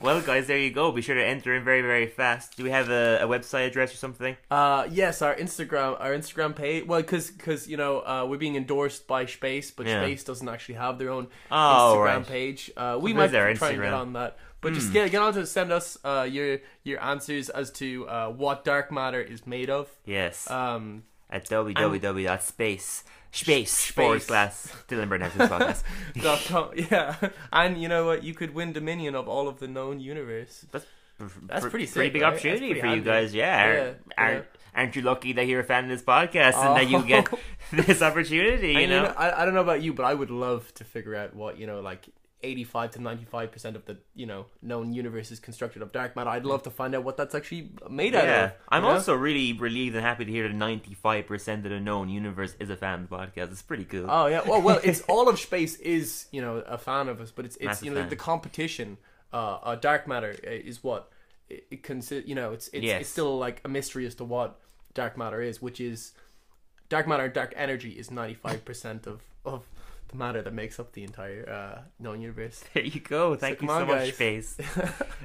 [SPEAKER 1] Well, guys, there you go. Be sure to enter in very, very fast. Do we have a, a website address or something?
[SPEAKER 2] Uh, yes, our Instagram, our Instagram page. Well, because you know uh, we're being endorsed by Space, but
[SPEAKER 1] Yeah.
[SPEAKER 2] Space doesn't actually have their own
[SPEAKER 1] Oh,
[SPEAKER 2] Instagram
[SPEAKER 1] right.
[SPEAKER 2] page. Uh, we
[SPEAKER 1] Where's
[SPEAKER 2] might
[SPEAKER 1] our
[SPEAKER 2] try and get
[SPEAKER 1] Instagram? Hmm.
[SPEAKER 2] on that. But just get get on to send us uh, your your answers as to uh, what dark matter is made of.
[SPEAKER 1] Yes.
[SPEAKER 2] Um, [laughs]
[SPEAKER 1] At www.space. Space, forward slash Dylan Burnett
[SPEAKER 2] [laughs]
[SPEAKER 1] podcast.
[SPEAKER 2] dot com. Yeah, and you know what? You could win dominion of all of the known universe.
[SPEAKER 1] That's,
[SPEAKER 2] That's
[SPEAKER 1] pr-
[SPEAKER 2] pretty
[SPEAKER 1] pretty
[SPEAKER 2] sick,
[SPEAKER 1] big
[SPEAKER 2] right? That's
[SPEAKER 1] opportunity
[SPEAKER 2] pretty
[SPEAKER 1] for
[SPEAKER 2] handy.
[SPEAKER 1] you guys. Yeah.
[SPEAKER 2] Yeah,
[SPEAKER 1] Aren't, aren't,
[SPEAKER 2] yeah.
[SPEAKER 1] aren't you lucky that you're a fan of this podcast and that you
[SPEAKER 2] [laughs]
[SPEAKER 1] get [laughs]
[SPEAKER 2] Oh.
[SPEAKER 1] this opportunity? You
[SPEAKER 2] And
[SPEAKER 1] know.
[SPEAKER 2] I, I don't know about you, but I would love to figure out what you know, like eighty-five to ninety-five percent of the you know known universe is constructed of dark matter. I'd love to find out what that's actually made out
[SPEAKER 1] yeah,
[SPEAKER 2] of.
[SPEAKER 1] I'm
[SPEAKER 2] you know?
[SPEAKER 1] also really relieved and happy to hear that 95% of the known universe is a fan of the podcast. It's pretty cool.
[SPEAKER 2] Oh yeah. Well, well,
[SPEAKER 1] [laughs]
[SPEAKER 2] it's all of space is you know a fan of us, but it's it's
[SPEAKER 1] Massive
[SPEAKER 2] you know
[SPEAKER 1] fan.
[SPEAKER 2] the competition. Uh, uh, dark matter i- is what it, it consi- You know, it's it's,
[SPEAKER 1] Yes.
[SPEAKER 2] it's still like a mystery as to what dark matter is, which is dark matter. Dark energy is ninety-five percent of of the matter that makes up the entire uh, known universe.
[SPEAKER 1] There you go. Thank
[SPEAKER 2] come
[SPEAKER 1] you so
[SPEAKER 2] on,
[SPEAKER 1] much,
[SPEAKER 2] guys. [laughs]
[SPEAKER 1] Space.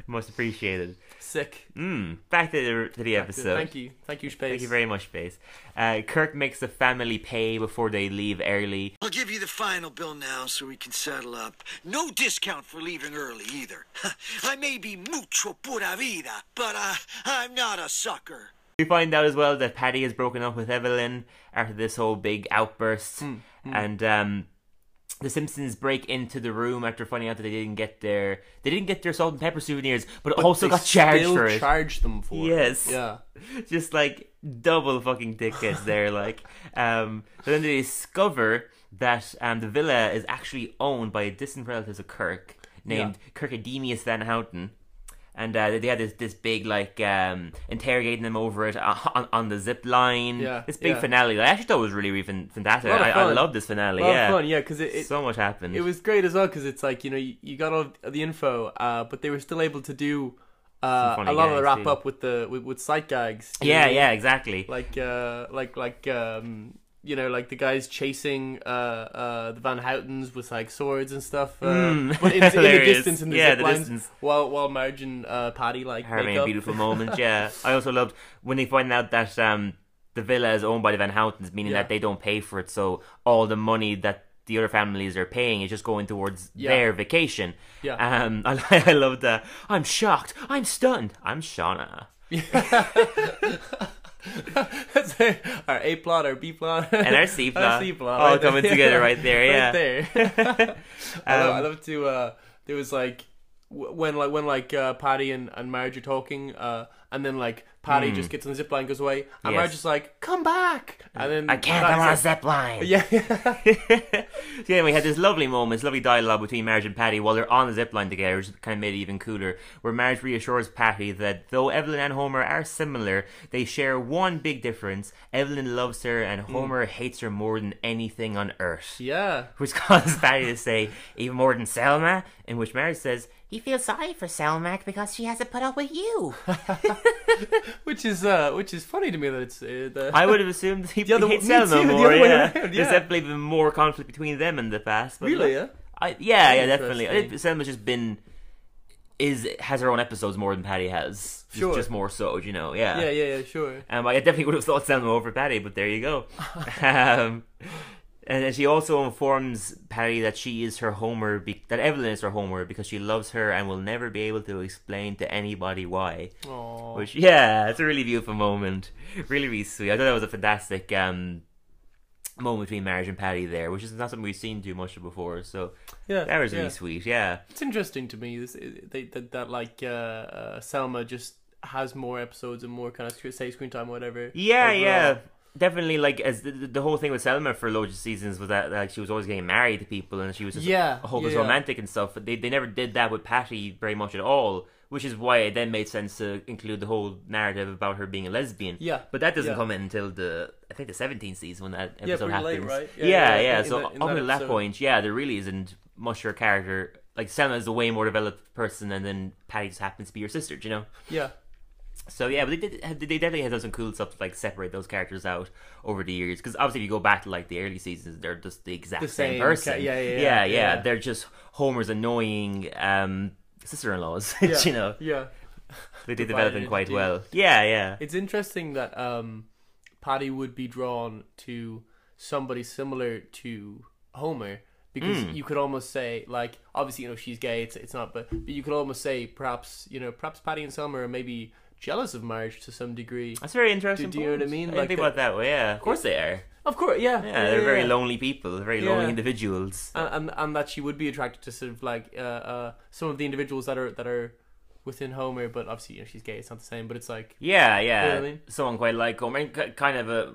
[SPEAKER 1] Most appreciated.
[SPEAKER 2] Sick.
[SPEAKER 1] Mm, back to the, to the episode.
[SPEAKER 2] Thank you. Thank you, Space.
[SPEAKER 1] Thank you very much, Space. Uh, Kirk makes the family pay before they leave early.
[SPEAKER 6] I'll give you the final bill now so we can settle up. No discount for leaving early either. [laughs] I may be mucho pura vida, but uh, I'm not a sucker.
[SPEAKER 1] We find out as well that Patty has broken up with Evelyn after this whole big outburst, and um, the Simpsons break into the room after finding out that they didn't get their they didn't get their salt and pepper souvenirs, but, also
[SPEAKER 2] They
[SPEAKER 1] got charged
[SPEAKER 2] still
[SPEAKER 1] for it.
[SPEAKER 2] charged them for it.
[SPEAKER 1] Yes.
[SPEAKER 2] Yeah.
[SPEAKER 1] just like double fucking dickheads there like um so then they discover that um the villa is actually owned by distant relatives of kirk named kirkademius van houten and uh, they had this, this big like um, interrogating them over it on, on- on the zip line.
[SPEAKER 2] Yeah,
[SPEAKER 1] this big
[SPEAKER 2] yeah.
[SPEAKER 1] finale. that I actually thought was really really fan- fantastic.
[SPEAKER 2] Lot of
[SPEAKER 1] I, I
[SPEAKER 2] fun.
[SPEAKER 1] love this finale.
[SPEAKER 2] Well,
[SPEAKER 1] yeah,
[SPEAKER 2] fun. Yeah, because it, it,
[SPEAKER 1] so much happened.
[SPEAKER 2] it was great as well because it's like you know you, you got all the info, uh, but they were still able to do uh,
[SPEAKER 1] funny
[SPEAKER 2] a lot of the
[SPEAKER 1] gags,
[SPEAKER 2] wrap
[SPEAKER 1] too.
[SPEAKER 2] up with the with, with sight gags. you
[SPEAKER 1] yeah,
[SPEAKER 2] know?
[SPEAKER 1] yeah, exactly.
[SPEAKER 2] Like uh, like like um, you know like the guys chasing uh, uh, the Van Houtens with like swords and stuff, uh, but in, in the
[SPEAKER 1] Mm. [laughs] hilarious.
[SPEAKER 2] distance in the
[SPEAKER 1] Yeah,
[SPEAKER 2] zip
[SPEAKER 1] the
[SPEAKER 2] lines,
[SPEAKER 1] distance.
[SPEAKER 2] while while Marge and uh, Patty like
[SPEAKER 1] having
[SPEAKER 2] make
[SPEAKER 1] a
[SPEAKER 2] up. [laughs]
[SPEAKER 1] beautiful moment. Yeah, I also loved when they find out that um, the villa is owned by the Van Houtens, meaning
[SPEAKER 2] Yeah.
[SPEAKER 1] that they don't pay for it. So all the money that the other families are paying is just going towards
[SPEAKER 2] Yeah.
[SPEAKER 1] their vacation.
[SPEAKER 2] Yeah.
[SPEAKER 1] Um, [laughs] I, I love that. I'm shocked. I'm stunned. I'm Shauna.
[SPEAKER 2] That's our, [laughs] our A plot, our B plot,
[SPEAKER 1] And our
[SPEAKER 2] [laughs]
[SPEAKER 1] C plot.
[SPEAKER 2] C plot,
[SPEAKER 1] All
[SPEAKER 2] right there.
[SPEAKER 1] coming together right there, yeah.
[SPEAKER 2] [laughs]
[SPEAKER 1] Um, [laughs]
[SPEAKER 2] right there. [laughs] I, love, I love to. Uh, there was like w- when like when like uh, Patty and, and Marge are talking, uh, and then like Patty just gets on the zip line, goes away, and
[SPEAKER 1] Hmm. Yes.
[SPEAKER 2] Marge is like, "Come back!" And then
[SPEAKER 1] I can't.
[SPEAKER 2] Patty's
[SPEAKER 1] I'm on a
[SPEAKER 2] like-
[SPEAKER 1] zip line.
[SPEAKER 2] Yeah,
[SPEAKER 1] [laughs] so yeah, we had this lovely moment, this lovely dialogue between Marge and Patty while they're on the zip line together, which kind of made it even cooler. Where Marge reassures Patty that though Evelyn and Homer are similar, they share one big difference: Evelyn loves her, and Homer hates her more than anything on earth. [laughs]
[SPEAKER 2] yeah.
[SPEAKER 1] Which causes Patty to say even more than Selma, in which Marge says he feels sorry for Selma because she hasn't put up with you.
[SPEAKER 2] Which is uh, which is funny to me that it's uh, the.
[SPEAKER 1] [laughs] I would have assumed he
[SPEAKER 2] The other
[SPEAKER 1] hates
[SPEAKER 2] one- me
[SPEAKER 1] Selma
[SPEAKER 2] too, the
[SPEAKER 1] more.
[SPEAKER 2] other way
[SPEAKER 1] yeah.
[SPEAKER 2] around,
[SPEAKER 1] there's
[SPEAKER 2] yeah.
[SPEAKER 1] definitely been more conflict between them in the past. But
[SPEAKER 2] [laughs] Really,
[SPEAKER 1] look,
[SPEAKER 2] yeah?
[SPEAKER 1] I, yeah, yeah, definitely. I
[SPEAKER 2] Interesting.
[SPEAKER 1] think Selma's just been is has her own episodes more than Patty has. Just-
[SPEAKER 2] Sure.
[SPEAKER 1] just more so, you know. Yeah,
[SPEAKER 2] yeah, yeah, yeah, sure.
[SPEAKER 1] Um, I definitely would have thought Selma over Patty, but there you
[SPEAKER 2] [laughs]
[SPEAKER 1] go. um, and then she also informs Patty that she is her Homer, be- that Evelyn is her Homer because she loves her and will never be able to explain to anybody why.
[SPEAKER 2] Aw.
[SPEAKER 1] Which yeah, it's a really beautiful moment. Really, really sweet. I thought that was a fantastic um moment between Marge and Patty there, which is not something we've seen too much of before. So
[SPEAKER 2] Yeah,
[SPEAKER 1] that was really
[SPEAKER 2] yeah.
[SPEAKER 1] sweet. Yeah,
[SPEAKER 2] It's interesting to me this, they, that, that like uh, uh, Selma just has more episodes and more kind of sc- say screen time, whatever.
[SPEAKER 1] yeah,
[SPEAKER 2] overall.
[SPEAKER 1] yeah. Definitely, like as the, the whole thing with Selma for loads of seasons was that like she was always getting married to people and she was just
[SPEAKER 2] Yeah,
[SPEAKER 1] hopeless
[SPEAKER 2] yeah, yeah.
[SPEAKER 1] romantic and stuff. But they they never did that with Patty very much at all, which is why it then made sense to include the whole narrative about her being a lesbian.
[SPEAKER 2] Yeah,
[SPEAKER 1] but that doesn't
[SPEAKER 2] yeah.
[SPEAKER 1] come in until the I think the 17th season when that
[SPEAKER 2] Yeah,
[SPEAKER 1] episode
[SPEAKER 2] pretty late,
[SPEAKER 1] happens.
[SPEAKER 2] right?
[SPEAKER 1] Yeah,
[SPEAKER 2] Yeah,
[SPEAKER 1] yeah.
[SPEAKER 2] yeah, in
[SPEAKER 1] So
[SPEAKER 2] the- in
[SPEAKER 1] up
[SPEAKER 2] that
[SPEAKER 1] until that
[SPEAKER 2] episode.
[SPEAKER 1] point, yeah, there really isn't much her character. Like Selma is a way more developed person, and then Patty just happens to be her sister. Do you know?
[SPEAKER 2] yeah.
[SPEAKER 1] So yeah, but they did. They definitely have done some cool stuff to like separate those characters out over the years. Because obviously, if you go back to like the early seasons, they're just the exact
[SPEAKER 2] The
[SPEAKER 1] same,
[SPEAKER 2] same ca-
[SPEAKER 1] person.
[SPEAKER 2] yeah, yeah, yeah,
[SPEAKER 1] yeah,
[SPEAKER 2] yeah.
[SPEAKER 1] They're just Homer's annoying um, sister-in-laws. [laughs] [laughs] you know,
[SPEAKER 2] Yeah.
[SPEAKER 1] they did
[SPEAKER 2] divided
[SPEAKER 1] develop him
[SPEAKER 2] into
[SPEAKER 1] quite
[SPEAKER 2] two.
[SPEAKER 1] well. Yeah, yeah.
[SPEAKER 2] It's interesting that um, Patty would be drawn to somebody similar to Homer because
[SPEAKER 1] Hmm.
[SPEAKER 2] you could almost say, like, obviously, you know, she's gay. It's it's not, but but you could almost say perhaps you know perhaps Patty and Selma are maybe jealous of marriage to some degree.
[SPEAKER 1] That's a very interesting.
[SPEAKER 2] Do- do you know what I
[SPEAKER 1] point.
[SPEAKER 2] mean?
[SPEAKER 1] I didn't
[SPEAKER 2] Like
[SPEAKER 1] think
[SPEAKER 2] the-
[SPEAKER 1] about it that way. Yeah, of course they are.
[SPEAKER 2] Of course, yeah,
[SPEAKER 1] Yeah, they're very
[SPEAKER 2] yeah.
[SPEAKER 1] lonely people. Very
[SPEAKER 2] Yeah.
[SPEAKER 1] lonely individuals.
[SPEAKER 2] and, and and that she would be attracted to sort of like uh, uh, some of the individuals that are that are within Homer, but obviously you know she's gay. It's not the same, but it's like
[SPEAKER 1] Yeah, yeah.
[SPEAKER 2] know what I mean?
[SPEAKER 1] Someone quite like Homer, and ki- kind of a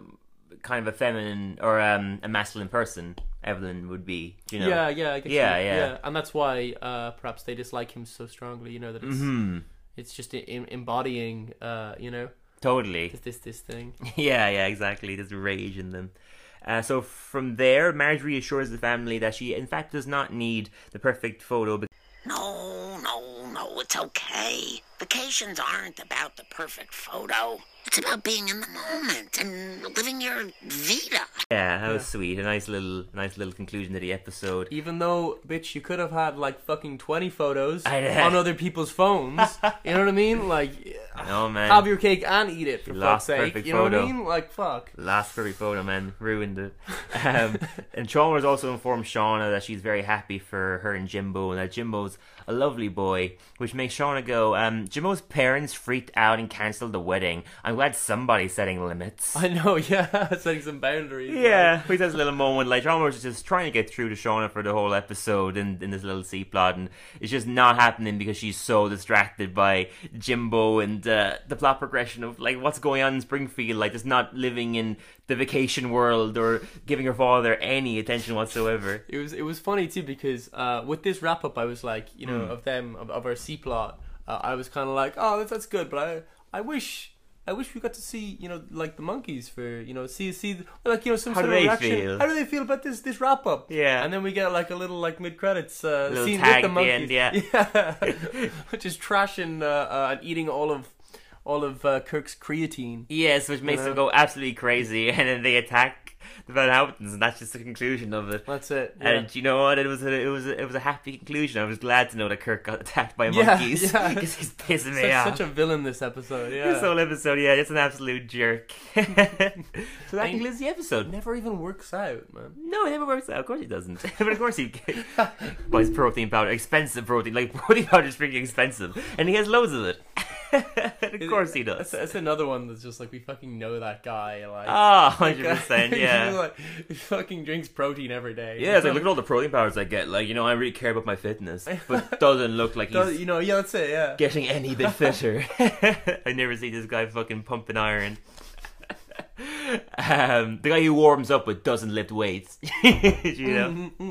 [SPEAKER 1] kind of a feminine or um, a masculine person. Evelyn would be. You know.
[SPEAKER 2] yeah, yeah, I guess
[SPEAKER 1] Yeah,
[SPEAKER 2] you-
[SPEAKER 1] yeah.
[SPEAKER 2] and that's why uh, perhaps they dislike him so strongly. You know that it's
[SPEAKER 1] Mm-hmm.
[SPEAKER 2] it's just em- embodying, uh, you know,
[SPEAKER 1] Totally.
[SPEAKER 2] this this this thing. [laughs]
[SPEAKER 1] Yeah, yeah, exactly. There's rage in them. Uh, so from there, Marjorie assures the family that she, in fact, does not need the perfect photo. But
[SPEAKER 3] No, no, no, it's okay. Vacations aren't about the perfect photo. It's about being in the moment and living your vita.
[SPEAKER 1] yeah, that was sweet. A nice little, nice little conclusion to the episode.
[SPEAKER 2] Even though, bitch, you could have had like fucking twenty photos
[SPEAKER 1] I know.
[SPEAKER 2] on other
[SPEAKER 1] [laughs]
[SPEAKER 2] people's phones. you know what I mean? Like,
[SPEAKER 1] No Oh, man,
[SPEAKER 2] have your cake and eat it for fuck's
[SPEAKER 1] lost
[SPEAKER 2] sake.
[SPEAKER 1] perfect
[SPEAKER 2] You know what I
[SPEAKER 1] photo.
[SPEAKER 2] mean? Like, fuck. [laughs]
[SPEAKER 1] last furry photo, man, ruined it. Um, and Chalmers also informed Shauna that she's very happy for her and Jimbo, and that Jimbo's a lovely boy, which makes Shauna go, um, "Jimbo's parents freaked out and cancelled the wedding. I'm glad somebody's setting limits."
[SPEAKER 2] I know. Yeah, [laughs] setting some boundaries.
[SPEAKER 1] Yeah, he has a little moment like John was just trying to get through to Shauna for the whole episode in, in this little C plot, and it's just not happening because she's so distracted by Jimbo and uh, the plot progression of like what's going on in Springfield, like just not living in the vacation world or giving her father any attention whatsoever.
[SPEAKER 2] It was it was funny too because uh, with this wrap up, I was like, you
[SPEAKER 1] Hmm.
[SPEAKER 2] know, of them of, of our C plot, uh, I was kind of like, oh, that's, that's good, but I I wish I wish we got to see you know like the monkeys for you know see see like you know some
[SPEAKER 1] How
[SPEAKER 2] sort
[SPEAKER 1] do
[SPEAKER 2] of
[SPEAKER 1] they
[SPEAKER 2] reaction.
[SPEAKER 1] feel?
[SPEAKER 2] How do they feel about this this wrap up?
[SPEAKER 1] Yeah.
[SPEAKER 2] and then we get like a little like mid credits uh,
[SPEAKER 1] Little
[SPEAKER 2] scene
[SPEAKER 1] tag
[SPEAKER 2] with the
[SPEAKER 1] at the
[SPEAKER 2] monkeys,
[SPEAKER 1] end, yeah.
[SPEAKER 2] [laughs]
[SPEAKER 1] [laughs]
[SPEAKER 2] yeah, which is trashing uh, uh, and eating all of all of uh, Kirk's creatine.
[SPEAKER 1] Yes, which makes them go absolutely crazy, [laughs] and then they attack the Van Houtens, and that's just the conclusion of it.
[SPEAKER 2] That's it. yeah.
[SPEAKER 1] And you know what? It was a, it was a, it was a happy conclusion. I was glad to know that Kirk got attacked by
[SPEAKER 2] Yeah,
[SPEAKER 1] monkeys [laughs]
[SPEAKER 2] yeah.
[SPEAKER 1] because he's pissing me
[SPEAKER 2] such,
[SPEAKER 1] off.
[SPEAKER 2] such a uh, villain this episode. Yeah,
[SPEAKER 1] This whole episode, yeah, it's an absolute jerk. [laughs] so that concludes the episode.
[SPEAKER 2] never even works out, man.
[SPEAKER 1] No, it never works out. Of course it doesn't. [laughs] but of course he [laughs] buys protein powder, expensive protein. Like [laughs] protein powder is freaking expensive, and he has loads of it. [laughs] of course he
[SPEAKER 2] That's, [laughs]
[SPEAKER 1] does.
[SPEAKER 2] that's another one that's just like we fucking know that guy. [laughs] Like,
[SPEAKER 1] Ah, hundred percent.
[SPEAKER 2] [laughs]
[SPEAKER 1] Yeah.
[SPEAKER 2] He's like, he fucking drinks protein every day.
[SPEAKER 1] Yeah, it's like look at all the protein powders I get. Like, you know, I really care about my
[SPEAKER 2] [laughs]
[SPEAKER 1] fitness, but doesn't look like he's
[SPEAKER 2] Does- you know, yeah, that's it. Yeah,
[SPEAKER 1] getting any bit fitter. [laughs] I never see this guy fucking pumping iron. um, the guy who warms up but doesn't lift weights. [laughs] you know?
[SPEAKER 2] Mm-hmm.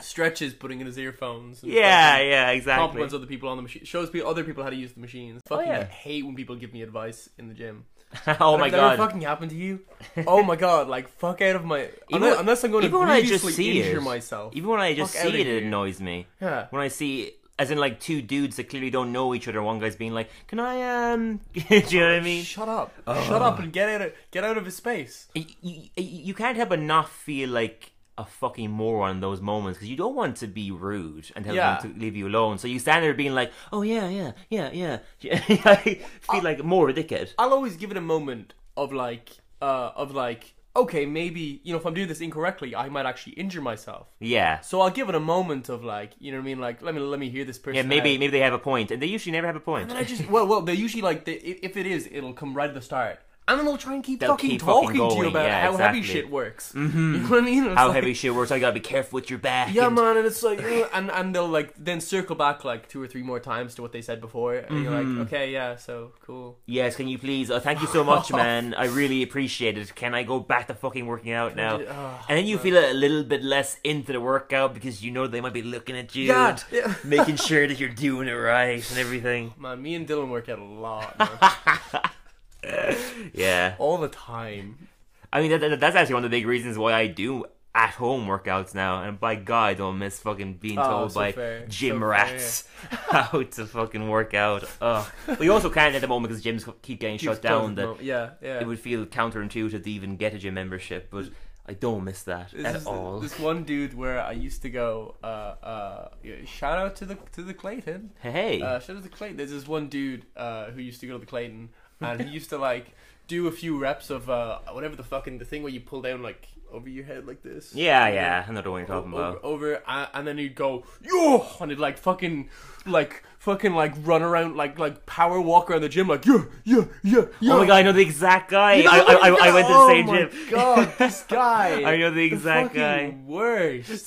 [SPEAKER 2] stretches, putting in his earphones. And
[SPEAKER 1] Yeah,
[SPEAKER 2] fucking
[SPEAKER 1] yeah, exactly.
[SPEAKER 2] Compliments other people on the machine. Shows pe- other people how to use the machines. Fucking
[SPEAKER 1] Oh, yeah.
[SPEAKER 2] hate when people give me advice in the gym.
[SPEAKER 1] [laughs] oh my
[SPEAKER 2] If that ever
[SPEAKER 1] god.
[SPEAKER 2] fucking happened to you? Oh my god! Like fuck out of my. unless, unless I'm going
[SPEAKER 1] [laughs] even
[SPEAKER 2] to
[SPEAKER 1] when I just
[SPEAKER 2] grievously
[SPEAKER 1] see
[SPEAKER 2] injure
[SPEAKER 1] it,
[SPEAKER 2] myself.
[SPEAKER 1] Even when I just
[SPEAKER 2] Fuck
[SPEAKER 1] see
[SPEAKER 2] outta
[SPEAKER 1] it, it
[SPEAKER 2] here.
[SPEAKER 1] annoys me.
[SPEAKER 2] Yeah.
[SPEAKER 1] When I see, as in like two dudes that clearly don't know each other, one guy's being like, "Can I um?" [laughs] Do you know what I mean?
[SPEAKER 2] Shut up! Shut up and get out of get out of his space.
[SPEAKER 1] you, you, you can't help but not feel like a fucking moron in those moments because you don't want to be rude and tell
[SPEAKER 2] Yeah.
[SPEAKER 1] them to leave you alone. So you stand there being like, "Oh yeah, yeah, yeah, yeah." [laughs] I feel like more of a dickhead.
[SPEAKER 2] I'll always give it a moment of like, uh, of like, okay, maybe you know, if I'm doing this incorrectly, I might actually injure myself.
[SPEAKER 1] Yeah.
[SPEAKER 2] So I'll give it a moment of like, you know what I mean? Like, let me let me hear this person.
[SPEAKER 1] Yeah, maybe
[SPEAKER 2] out.
[SPEAKER 1] maybe they have a point, and they usually never have a point.
[SPEAKER 2] And I just well, well, they usually like they, i- if it is, it'll come right at the start, and then they'll try and keep
[SPEAKER 1] They'll
[SPEAKER 2] fucking
[SPEAKER 1] keep fucking
[SPEAKER 2] talking to
[SPEAKER 1] going,
[SPEAKER 2] you about
[SPEAKER 1] yeah,
[SPEAKER 2] how
[SPEAKER 1] exactly. Mm-hmm.
[SPEAKER 2] heavy shit works. [laughs] You know what I mean? It's
[SPEAKER 1] How
[SPEAKER 2] like-
[SPEAKER 1] heavy shit works. I gotta be careful with your back.
[SPEAKER 2] Yeah,
[SPEAKER 1] and-
[SPEAKER 2] man, and it's like, "Ugh," and and they'll like then circle back like two or three more times to what they said before, and you're
[SPEAKER 1] Mm-hmm.
[SPEAKER 2] like, okay, yeah, so cool.
[SPEAKER 1] Yes, can you please? Oh, thank you so
[SPEAKER 2] [laughs]
[SPEAKER 1] much, man. I really appreciate it. Can I go back to fucking working out now?
[SPEAKER 2] do- oh,
[SPEAKER 1] and then you feel a little bit less into the workout because you know they might be looking at you,
[SPEAKER 2] Yeah,
[SPEAKER 1] and
[SPEAKER 2] yeah. [laughs]
[SPEAKER 1] making sure that you're doing it right and everything.
[SPEAKER 2] Man, me and Dylan work out a
[SPEAKER 1] [laughs]
[SPEAKER 2] lot, man.
[SPEAKER 1] Yeah.
[SPEAKER 2] all the time.
[SPEAKER 1] I mean, that, that- that's actually one of the big reasons why I do at home workouts now, and by God, I don't miss fucking being
[SPEAKER 2] Oh,
[SPEAKER 1] told
[SPEAKER 2] so
[SPEAKER 1] by
[SPEAKER 2] fair,
[SPEAKER 1] gym
[SPEAKER 2] so
[SPEAKER 1] rats [laughs] how to fucking work out. Ugh. but you also can't at the moment because gyms keep getting shut down. That
[SPEAKER 2] yeah, yeah.
[SPEAKER 1] it would feel counterintuitive to even get a gym membership, but I don't miss that
[SPEAKER 2] this
[SPEAKER 1] at
[SPEAKER 2] is the-
[SPEAKER 1] all.
[SPEAKER 2] This one dude where I used to go. Uh, uh, yeah, shout out to the to the Clayton.
[SPEAKER 1] Hey,
[SPEAKER 2] Uh, shout out to Clayton. There's this one dude uh, who used to go to the Clayton, and he used to like do a few reps of uh, whatever the fucking the thing where you pull down like over your head like this.
[SPEAKER 1] yeah, yeah, I know the one you're talking
[SPEAKER 2] over,
[SPEAKER 1] about.
[SPEAKER 2] over uh, and then he'd go yo and he'd like fucking like fucking like run around like like power walk around the gym like yeah yeah yeah yeah
[SPEAKER 1] Oh my god, I know the exact guy.
[SPEAKER 2] You know
[SPEAKER 1] I,
[SPEAKER 2] what
[SPEAKER 1] I,
[SPEAKER 2] he
[SPEAKER 1] I, I
[SPEAKER 2] does?
[SPEAKER 1] went to the same
[SPEAKER 2] oh my
[SPEAKER 1] gym.
[SPEAKER 2] god this guy
[SPEAKER 1] I know the exact
[SPEAKER 2] fucking
[SPEAKER 1] guy.
[SPEAKER 2] worst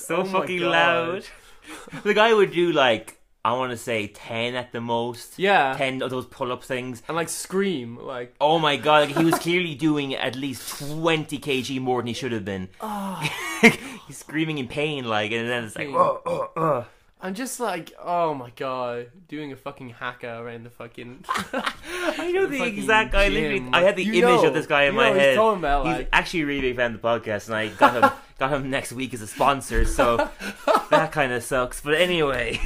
[SPEAKER 1] [laughs] so
[SPEAKER 2] Oh my
[SPEAKER 1] fucking
[SPEAKER 2] God.
[SPEAKER 1] loud. [laughs] the guy would do like I want to say ten at the most.
[SPEAKER 2] Yeah.
[SPEAKER 1] ten of those pull-up things.
[SPEAKER 2] and like scream like
[SPEAKER 1] Oh my god, like, he
[SPEAKER 2] [laughs]
[SPEAKER 1] was clearly doing at least twenty kg more than he should have been.
[SPEAKER 2] Oh.
[SPEAKER 1] [laughs] He's screaming in pain, like, and then it's like, oh,
[SPEAKER 2] I'm just like oh my god doing a fucking hacker around the fucking [laughs]
[SPEAKER 1] I know the,
[SPEAKER 2] fucking
[SPEAKER 1] exact guy. Literally,
[SPEAKER 2] gym.
[SPEAKER 1] I had the
[SPEAKER 2] You
[SPEAKER 1] image
[SPEAKER 2] know-
[SPEAKER 1] of this guy in
[SPEAKER 2] you
[SPEAKER 1] my
[SPEAKER 2] know what he's
[SPEAKER 1] head.
[SPEAKER 2] talking about, like-
[SPEAKER 1] actually a really big fan of the podcast, and I got
[SPEAKER 2] [laughs]
[SPEAKER 1] him got him next week as a sponsor. So that kind of sucks. But anyway,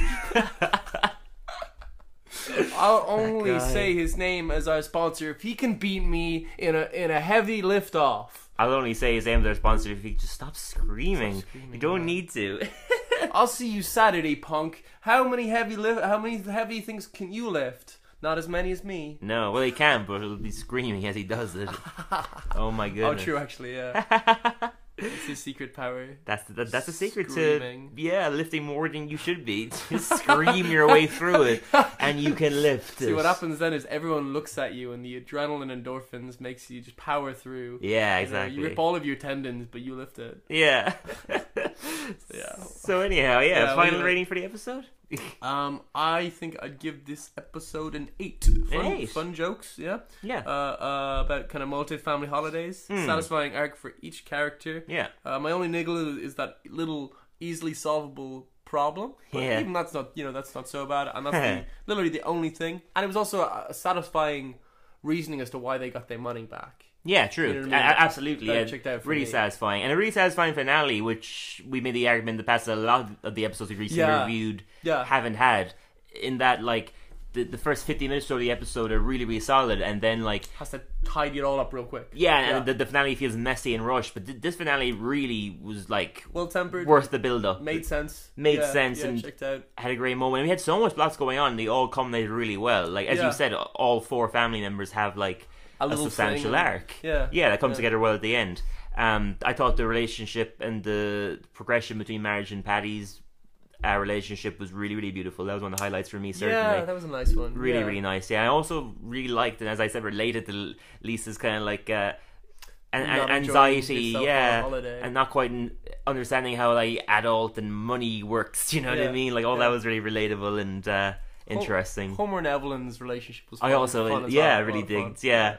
[SPEAKER 2] I'll only
[SPEAKER 1] guy.
[SPEAKER 2] say his name as our sponsor if he can beat me in a in a heavy lift off
[SPEAKER 1] I'll only say his name as our sponsor if you just stop screaming. you don't need to. [laughs]
[SPEAKER 2] I'll see you Saturday, punk. How many heavy lift? How many heavy things can you lift? Not as many as me.
[SPEAKER 1] No, well he can, but he'll be screaming as he does
[SPEAKER 2] [laughs]
[SPEAKER 1] it. oh my
[SPEAKER 2] Oh,
[SPEAKER 1] goodness!
[SPEAKER 2] true, actually, yeah.
[SPEAKER 1] [laughs]
[SPEAKER 2] it's his secret power.
[SPEAKER 1] That's the, that, that's the secret
[SPEAKER 2] Screaming.
[SPEAKER 1] to yeah lifting more than you should
[SPEAKER 2] [laughs]
[SPEAKER 1] be. Just scream your way through it, and you can lift.
[SPEAKER 2] See,
[SPEAKER 1] it.
[SPEAKER 2] what happens then is everyone looks at you, and the adrenaline endorphins makes you just power through.
[SPEAKER 1] Yeah,
[SPEAKER 2] You know,
[SPEAKER 1] exactly.
[SPEAKER 2] You rip all of your tendons, but you lift it.
[SPEAKER 1] Yeah.
[SPEAKER 2] [laughs] Yeah.
[SPEAKER 1] So anyhow, yeah,
[SPEAKER 2] Yeah,
[SPEAKER 1] final
[SPEAKER 2] we-
[SPEAKER 1] rating for the
[SPEAKER 2] [laughs]
[SPEAKER 1] episode.
[SPEAKER 2] Um, I think I'd give this episode an eight. Fun,
[SPEAKER 1] eight?
[SPEAKER 2] fun jokes, yeah.
[SPEAKER 1] Yeah. Hmm.
[SPEAKER 2] Uh, uh, about kind of multi-family holidays, satisfying arc for each character.
[SPEAKER 1] Yeah.
[SPEAKER 2] Uh, my only niggle is, is that little easily solvable problem. But
[SPEAKER 1] Yeah.
[SPEAKER 2] Even that's not you know that's not so bad,
[SPEAKER 1] [laughs]
[SPEAKER 2] and that's the, literally the only thing. And it was also a, a satisfying reasoning as to why they got their money back.
[SPEAKER 1] Yeah, true.
[SPEAKER 2] know what I mean?
[SPEAKER 1] A- a- absolutely.
[SPEAKER 2] That
[SPEAKER 1] Yeah.
[SPEAKER 2] checked out for
[SPEAKER 1] really
[SPEAKER 2] me.
[SPEAKER 1] satisfying. And a really satisfying finale, which we made the argument in the past that a lot of the episodes we've recently
[SPEAKER 2] Yeah.
[SPEAKER 1] reviewed
[SPEAKER 2] Yeah.
[SPEAKER 1] haven't had. In that, like, the, the first 50 minutes of the episode are really, really solid, and then, like,
[SPEAKER 2] Has to tidy it all up real quick.
[SPEAKER 1] yeah, and the, the finale feels messy and rushed, but th- this finale really was, like,
[SPEAKER 2] Well tempered.
[SPEAKER 1] worth the build up.
[SPEAKER 2] Made sense.
[SPEAKER 1] Made
[SPEAKER 2] Yeah,
[SPEAKER 1] sense
[SPEAKER 2] Yeah,
[SPEAKER 1] and-
[SPEAKER 2] checked out.
[SPEAKER 1] had a great moment. We had so much plots going on, and they all culminated really well. Like as
[SPEAKER 2] Yeah.
[SPEAKER 1] you said, all four family members have like a,
[SPEAKER 2] little
[SPEAKER 1] substantial
[SPEAKER 2] thing.
[SPEAKER 1] arc.
[SPEAKER 2] Yeah.
[SPEAKER 1] yeah, that comes
[SPEAKER 2] Yeah.
[SPEAKER 1] together well at the end. Um, I thought the relationship and the progression between marriage and Patty's uh, relationship was really, really beautiful. That was one of the highlights for me. Certainly,
[SPEAKER 2] Yeah, that was a nice one.
[SPEAKER 1] really,
[SPEAKER 2] yeah.
[SPEAKER 1] really nice. Yeah, I also really liked, and as I said, related to Lisa's kind of like uh, an,
[SPEAKER 2] Not
[SPEAKER 1] an
[SPEAKER 2] enjoying
[SPEAKER 1] anxiety,
[SPEAKER 2] yourself on
[SPEAKER 1] yeah,
[SPEAKER 2] holiday.
[SPEAKER 1] and not quite n- understanding how like adult and money works. [laughs] You know what
[SPEAKER 2] Yeah,
[SPEAKER 1] I mean? Like all
[SPEAKER 2] yeah.
[SPEAKER 1] that was really relatable and uh, interesting.
[SPEAKER 2] Homer and Evelyn's relationship was. Fun,
[SPEAKER 1] I also,
[SPEAKER 2] fun as
[SPEAKER 1] yeah,
[SPEAKER 2] well,
[SPEAKER 1] really
[SPEAKER 2] fun, fun.
[SPEAKER 1] digged, yeah,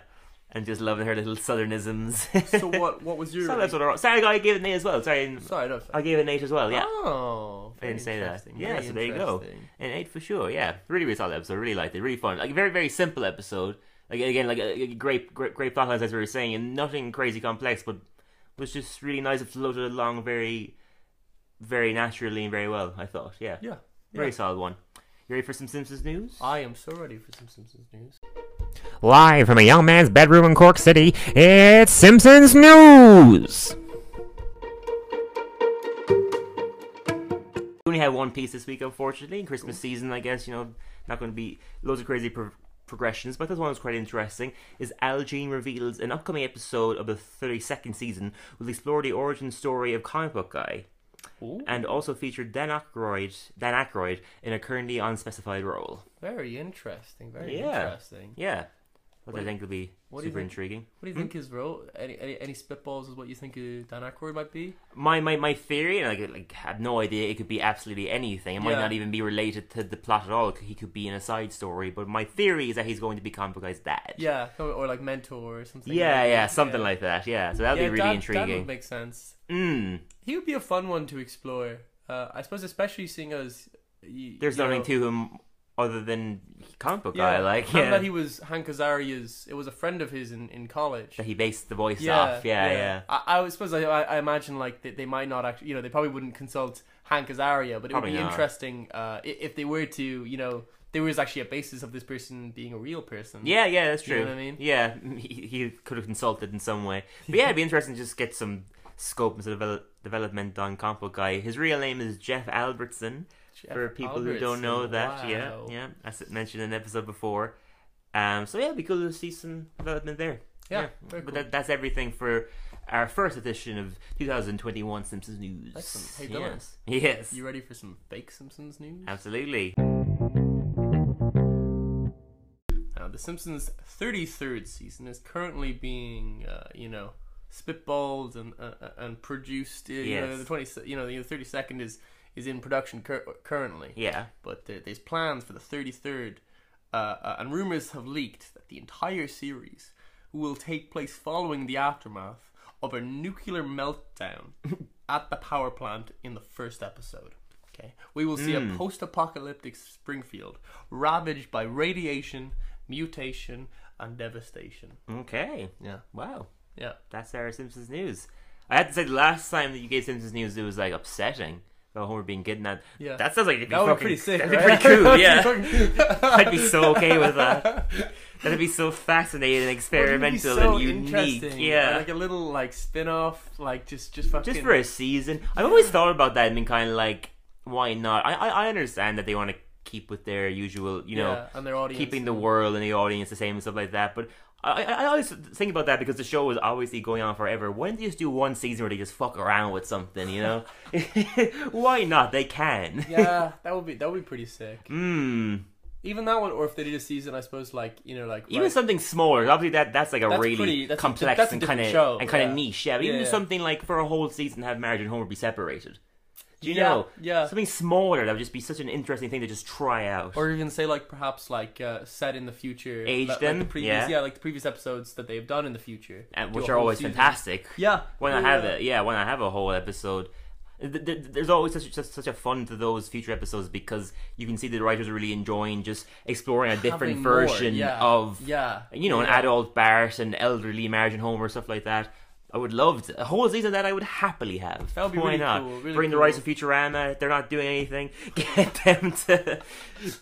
[SPEAKER 1] and just loving her little southernisms. [laughs]
[SPEAKER 2] So what? What was your?
[SPEAKER 1] So
[SPEAKER 2] [laughs]
[SPEAKER 1] that's what I Sorry, I gave it an eight as well. Sorry,
[SPEAKER 2] Sorry, no,
[SPEAKER 1] I gave it an eight as well. Yeah.
[SPEAKER 2] Oh,
[SPEAKER 1] I didn't say that. Yeah,
[SPEAKER 2] very
[SPEAKER 1] so there you go.
[SPEAKER 2] interesting.
[SPEAKER 1] An eight for sure. Yeah, really, really solid episode. Really liked it. Really fun. Like a very, very simple episode. Like again, like a, a great, great, great plot lines as we were saying, and nothing crazy complex, but was just really nice. It floated along very, very naturally and very well. I thought. Yeah.
[SPEAKER 2] Yeah,
[SPEAKER 1] Very solid one. You ready for some Simpsons news?
[SPEAKER 2] I am so ready for some Simpsons news.
[SPEAKER 8] Live from a young man's bedroom in Cork City, it's Simpsons News!
[SPEAKER 1] We only had one piece this week, unfortunately. In Christmas season, I guess you know, not going to be loads of crazy pro- progressions, but this one was quite interesting. Is Al Jean reveals an upcoming episode of the 32nd season will explore the origin story of comic book guy, and also featured Dan Aykroyd, Dan Aykroyd in a currently unspecified role.
[SPEAKER 2] Very interesting. Very
[SPEAKER 1] Yeah.
[SPEAKER 2] interesting.
[SPEAKER 1] Yeah, which I think will be
[SPEAKER 2] do you
[SPEAKER 1] super
[SPEAKER 2] think?
[SPEAKER 1] intriguing.
[SPEAKER 2] What do you think his role? Any any, any spitballs is what you think uh, Dan Aykroyd might be?
[SPEAKER 1] my my my theory, and I could, like have no idea. It could be absolutely anything. It might
[SPEAKER 2] Yeah.
[SPEAKER 1] not even be related to the plot at all. He could be in a side story. But my theory is that he's going to be comic book guy's dad.
[SPEAKER 2] Yeah, or, or like mentor or something.
[SPEAKER 1] yeah,
[SPEAKER 2] like
[SPEAKER 1] yeah,
[SPEAKER 2] that.
[SPEAKER 1] something like that. Yeah, so that'd
[SPEAKER 2] Yeah,
[SPEAKER 1] be really
[SPEAKER 2] Dan- Dan
[SPEAKER 1] intriguing.
[SPEAKER 2] would make sense.
[SPEAKER 1] mm,
[SPEAKER 2] He would be a fun one to explore. Uh, I suppose, especially seeing as you,
[SPEAKER 1] there's
[SPEAKER 2] you
[SPEAKER 1] nothing
[SPEAKER 2] know,
[SPEAKER 1] to him other than comic book
[SPEAKER 2] Yeah,
[SPEAKER 1] guy. Like,
[SPEAKER 2] and
[SPEAKER 1] yeah,
[SPEAKER 2] that he was Hank Azaria's. It was a friend of his in, in college.
[SPEAKER 1] that he based the voice off. Yeah, yeah.
[SPEAKER 2] I, I would suppose I, I I imagine like they, they might not actually, you know, they probably wouldn't consult Hank Azaria, but it
[SPEAKER 1] Probably
[SPEAKER 2] would be
[SPEAKER 1] not.
[SPEAKER 2] interesting uh, i- if they were to, you know, there was actually a basis of this person being a real person.
[SPEAKER 1] Yeah, yeah, that's
[SPEAKER 2] You
[SPEAKER 1] true.
[SPEAKER 2] know what I mean?
[SPEAKER 1] Yeah, [laughs] he, he could have consulted in some way. But yeah, it'd be interesting to just get some scope and sort of devel- development on Compo Guy. His real name is Jeff Albertson.
[SPEAKER 2] Jeff
[SPEAKER 1] for people who don't know
[SPEAKER 2] Albertson,
[SPEAKER 1] that, yeah,
[SPEAKER 2] wow.
[SPEAKER 1] yeah, as it mentioned in an episode before. Um, so yeah, it'd be cool to see some development there.
[SPEAKER 2] Yeah, very
[SPEAKER 1] but
[SPEAKER 2] cool.
[SPEAKER 1] that, that's everything for our first edition of 2021 Simpsons News.
[SPEAKER 2] Excellent. Hey, Dylan.
[SPEAKER 1] yes, yes,
[SPEAKER 2] You ready for some fake Simpsons news?
[SPEAKER 1] absolutely.
[SPEAKER 2] Now, Uh, the Simpsons 33rd season is currently being, uh, you know, spitballed and uh, uh, and produced. uh, You know,
[SPEAKER 1] Yes.
[SPEAKER 2] the 20, you know, the 32nd is is in production cur- currently.
[SPEAKER 1] Yeah,
[SPEAKER 2] but there, there's plans for the 33rd, uh, uh, and rumors have leaked that the entire series will take place following the aftermath of a nuclear meltdown [laughs] at the power plant in the first episode. Okay, we will see a post-apocalyptic Springfield ravaged by radiation, mutation, and devastation.
[SPEAKER 1] okay,
[SPEAKER 2] Yeah,
[SPEAKER 1] wow,
[SPEAKER 2] yeah.
[SPEAKER 1] that's our Simpsons News. I had to say, the last time that you gave Simpsons News, it was like upsetting about Homer being kidnapped.
[SPEAKER 2] Yeah.
[SPEAKER 1] that sounds like it'd be
[SPEAKER 2] That would be
[SPEAKER 1] fucking
[SPEAKER 2] pretty [laughs] sick.
[SPEAKER 1] That'd
[SPEAKER 2] right?
[SPEAKER 1] be pretty cool. Yeah,
[SPEAKER 2] yeah.
[SPEAKER 1] I'd be so okay with that. That'd be so fascinating, and
[SPEAKER 2] Wouldn't it be
[SPEAKER 1] experimental,
[SPEAKER 2] so
[SPEAKER 1] and unique.
[SPEAKER 2] interesting?
[SPEAKER 1] Yeah,
[SPEAKER 2] like a little like spin-off, like just just fucking
[SPEAKER 1] just for a season. I've always thought about that and been kind of like, why not? I I, I understand that they want to keep with their usual, you know,
[SPEAKER 2] yeah, and their audience
[SPEAKER 1] keeping the world and the audience the same and stuff like that. But I, I I always think about that because the show was obviously going on forever. Why don't they just do one season where they just fuck around with something? You know, [laughs] why not? They can.
[SPEAKER 2] [laughs] yeah, that would be that would be pretty sick.
[SPEAKER 1] Hmm.
[SPEAKER 2] Even that one, or if they did a season, I suppose like you know like
[SPEAKER 1] [laughs] even
[SPEAKER 2] right-
[SPEAKER 1] something smaller. Obviously, that that's like a
[SPEAKER 2] That's
[SPEAKER 1] really
[SPEAKER 2] pretty- that's a-
[SPEAKER 1] complex
[SPEAKER 2] that's a
[SPEAKER 1] and kind
[SPEAKER 2] different
[SPEAKER 1] of
[SPEAKER 2] show,
[SPEAKER 1] and kind of
[SPEAKER 2] yeah.
[SPEAKER 1] niche. Yeah, but even
[SPEAKER 2] Yeah,
[SPEAKER 1] just
[SPEAKER 2] yeah.
[SPEAKER 1] something like for a whole season, have marriage and Homer be separated. Do you
[SPEAKER 2] Yeah,
[SPEAKER 1] know?
[SPEAKER 2] yeah.
[SPEAKER 1] something smaller that would just be such an interesting thing to just try out.
[SPEAKER 2] or even say like perhaps like uh, set in the future,
[SPEAKER 1] Aged
[SPEAKER 2] like,
[SPEAKER 1] in,
[SPEAKER 2] like the previous,
[SPEAKER 1] yeah.
[SPEAKER 2] like the previous episodes that they've done in the future,
[SPEAKER 1] Uh,
[SPEAKER 2] Do
[SPEAKER 1] which
[SPEAKER 2] a
[SPEAKER 1] are
[SPEAKER 2] whole
[SPEAKER 1] always
[SPEAKER 2] season.
[SPEAKER 1] fantastic.
[SPEAKER 2] Yeah,
[SPEAKER 1] when I
[SPEAKER 2] yeah,
[SPEAKER 1] have
[SPEAKER 2] yeah.
[SPEAKER 1] it, yeah, when I have a whole episode. Th- th- There's always such, such such a fun to those future episodes because you can see that the writers are really enjoying just exploring a different
[SPEAKER 2] Having more,
[SPEAKER 1] version
[SPEAKER 2] yeah,
[SPEAKER 1] of
[SPEAKER 2] yeah,
[SPEAKER 1] you know, an
[SPEAKER 2] yeah.
[SPEAKER 1] adult Bart and elderly marriage and Homer, stuff like that. I would love to, a whole season that I would happily have.
[SPEAKER 2] That would be
[SPEAKER 1] Why
[SPEAKER 2] really
[SPEAKER 1] not?
[SPEAKER 2] cool, really
[SPEAKER 1] Bring the rise of
[SPEAKER 2] cool.
[SPEAKER 1] Futurama. If they're not doing anything, [laughs] get them to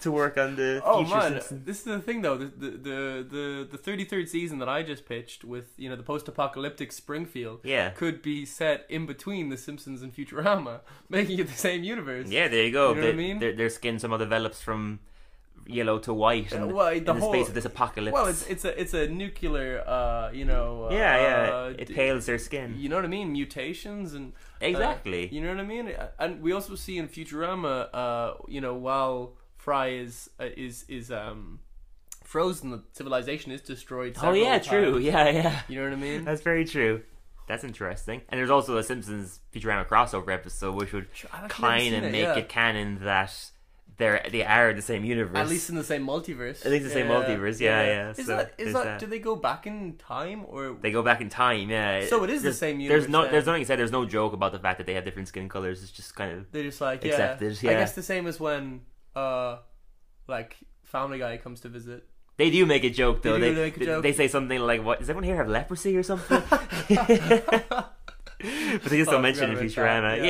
[SPEAKER 1] to work on the
[SPEAKER 2] Oh
[SPEAKER 1] future
[SPEAKER 2] man,
[SPEAKER 1] Simpsons.
[SPEAKER 2] this is the thing though. The the the the thirty third season that I just pitched with you know the post apocalyptic Springfield,
[SPEAKER 1] Yeah.
[SPEAKER 2] could be set in between The Simpsons and Futurama, [laughs] making it the same universe.
[SPEAKER 1] Yeah, there you go.
[SPEAKER 2] You know
[SPEAKER 1] Their-
[SPEAKER 2] what I mean?
[SPEAKER 1] Their, their skin somehow develops from yellow to white in,
[SPEAKER 2] Uh, well,
[SPEAKER 1] in
[SPEAKER 2] the
[SPEAKER 1] the
[SPEAKER 2] whole-
[SPEAKER 1] space of this apocalypse.
[SPEAKER 2] Well, it's it's a it's a nuclear, uh, you know. Uh,
[SPEAKER 1] yeah, yeah.
[SPEAKER 2] uh,
[SPEAKER 1] it
[SPEAKER 2] d-
[SPEAKER 1] pales their skin.
[SPEAKER 2] You know what I mean? Mutations and uh,
[SPEAKER 1] Exactly.
[SPEAKER 2] you know what I mean? Uh, And we also see in Futurama, uh, you know, while Fry is uh, is is um frozen, the civilization is destroyed.
[SPEAKER 1] oh
[SPEAKER 2] several
[SPEAKER 1] yeah, true.
[SPEAKER 2] times.
[SPEAKER 1] Yeah, yeah.
[SPEAKER 2] You know what I mean?
[SPEAKER 1] That's very true. That's interesting. And there's also a Simpsons Futurama crossover episode, which would
[SPEAKER 2] I've actually never
[SPEAKER 1] kind of
[SPEAKER 2] seen it,
[SPEAKER 1] make
[SPEAKER 2] yeah.
[SPEAKER 1] it canon that they're they are in the same universe.
[SPEAKER 2] At least in the same multiverse.
[SPEAKER 1] At least the same multiverse, yeah, yeah,
[SPEAKER 2] Is
[SPEAKER 1] so
[SPEAKER 2] that is
[SPEAKER 1] there's
[SPEAKER 2] that,
[SPEAKER 1] that.
[SPEAKER 2] do they go back in time or
[SPEAKER 1] they go back in time. Yeah.
[SPEAKER 2] So it is the
[SPEAKER 1] There's-
[SPEAKER 2] same
[SPEAKER 1] There's
[SPEAKER 2] universe
[SPEAKER 1] no
[SPEAKER 2] then.
[SPEAKER 1] there's nothing said. There's no joke about the fact that they have different skin colors. It's just kind of
[SPEAKER 2] they're just like yeah,
[SPEAKER 1] Accepted,
[SPEAKER 2] I
[SPEAKER 1] yeah.
[SPEAKER 2] guess the same as when uh like Family Guy comes to visit.
[SPEAKER 1] They do make a joke though.
[SPEAKER 2] do
[SPEAKER 1] They
[SPEAKER 2] make a
[SPEAKER 1] they-
[SPEAKER 2] joke.
[SPEAKER 1] they say something like, "What does everyone here have leprosy or
[SPEAKER 2] [laughs]
[SPEAKER 1] something?" [laughs] but they just
[SPEAKER 2] Oh,
[SPEAKER 1] don't
[SPEAKER 2] I
[SPEAKER 1] mention it in
[SPEAKER 2] forgot about
[SPEAKER 1] Futurama.
[SPEAKER 2] that,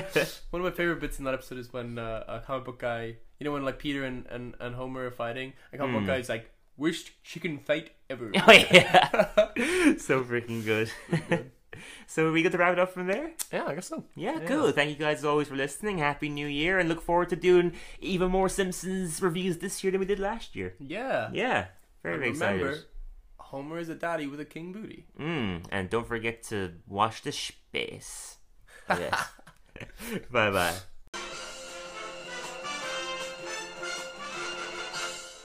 [SPEAKER 1] Yeah, yeah. [laughs]
[SPEAKER 2] One of my favorite bits in that episode is when uh, a comic book guy, you know, when like Peter and, and, and Homer are fighting, a comic
[SPEAKER 1] Hmm.
[SPEAKER 2] book guy's like, worst chicken fight
[SPEAKER 1] [laughs]
[SPEAKER 2] ever.
[SPEAKER 1] oh yeah. so freaking good. [laughs] so are we good to wrap it up from there?
[SPEAKER 2] yeah, I guess so.
[SPEAKER 1] Yeah, cool. Thank you guys as always for listening. Happy New Year, and look forward to doing even more Simpsons reviews this year than we did last year.
[SPEAKER 2] Yeah.
[SPEAKER 1] Yeah, very, very
[SPEAKER 2] Remember,
[SPEAKER 1] excited.
[SPEAKER 2] Homer is a daddy with a king booty.
[SPEAKER 1] Mm, [laughs] and don't forget to wash the space. bye bye.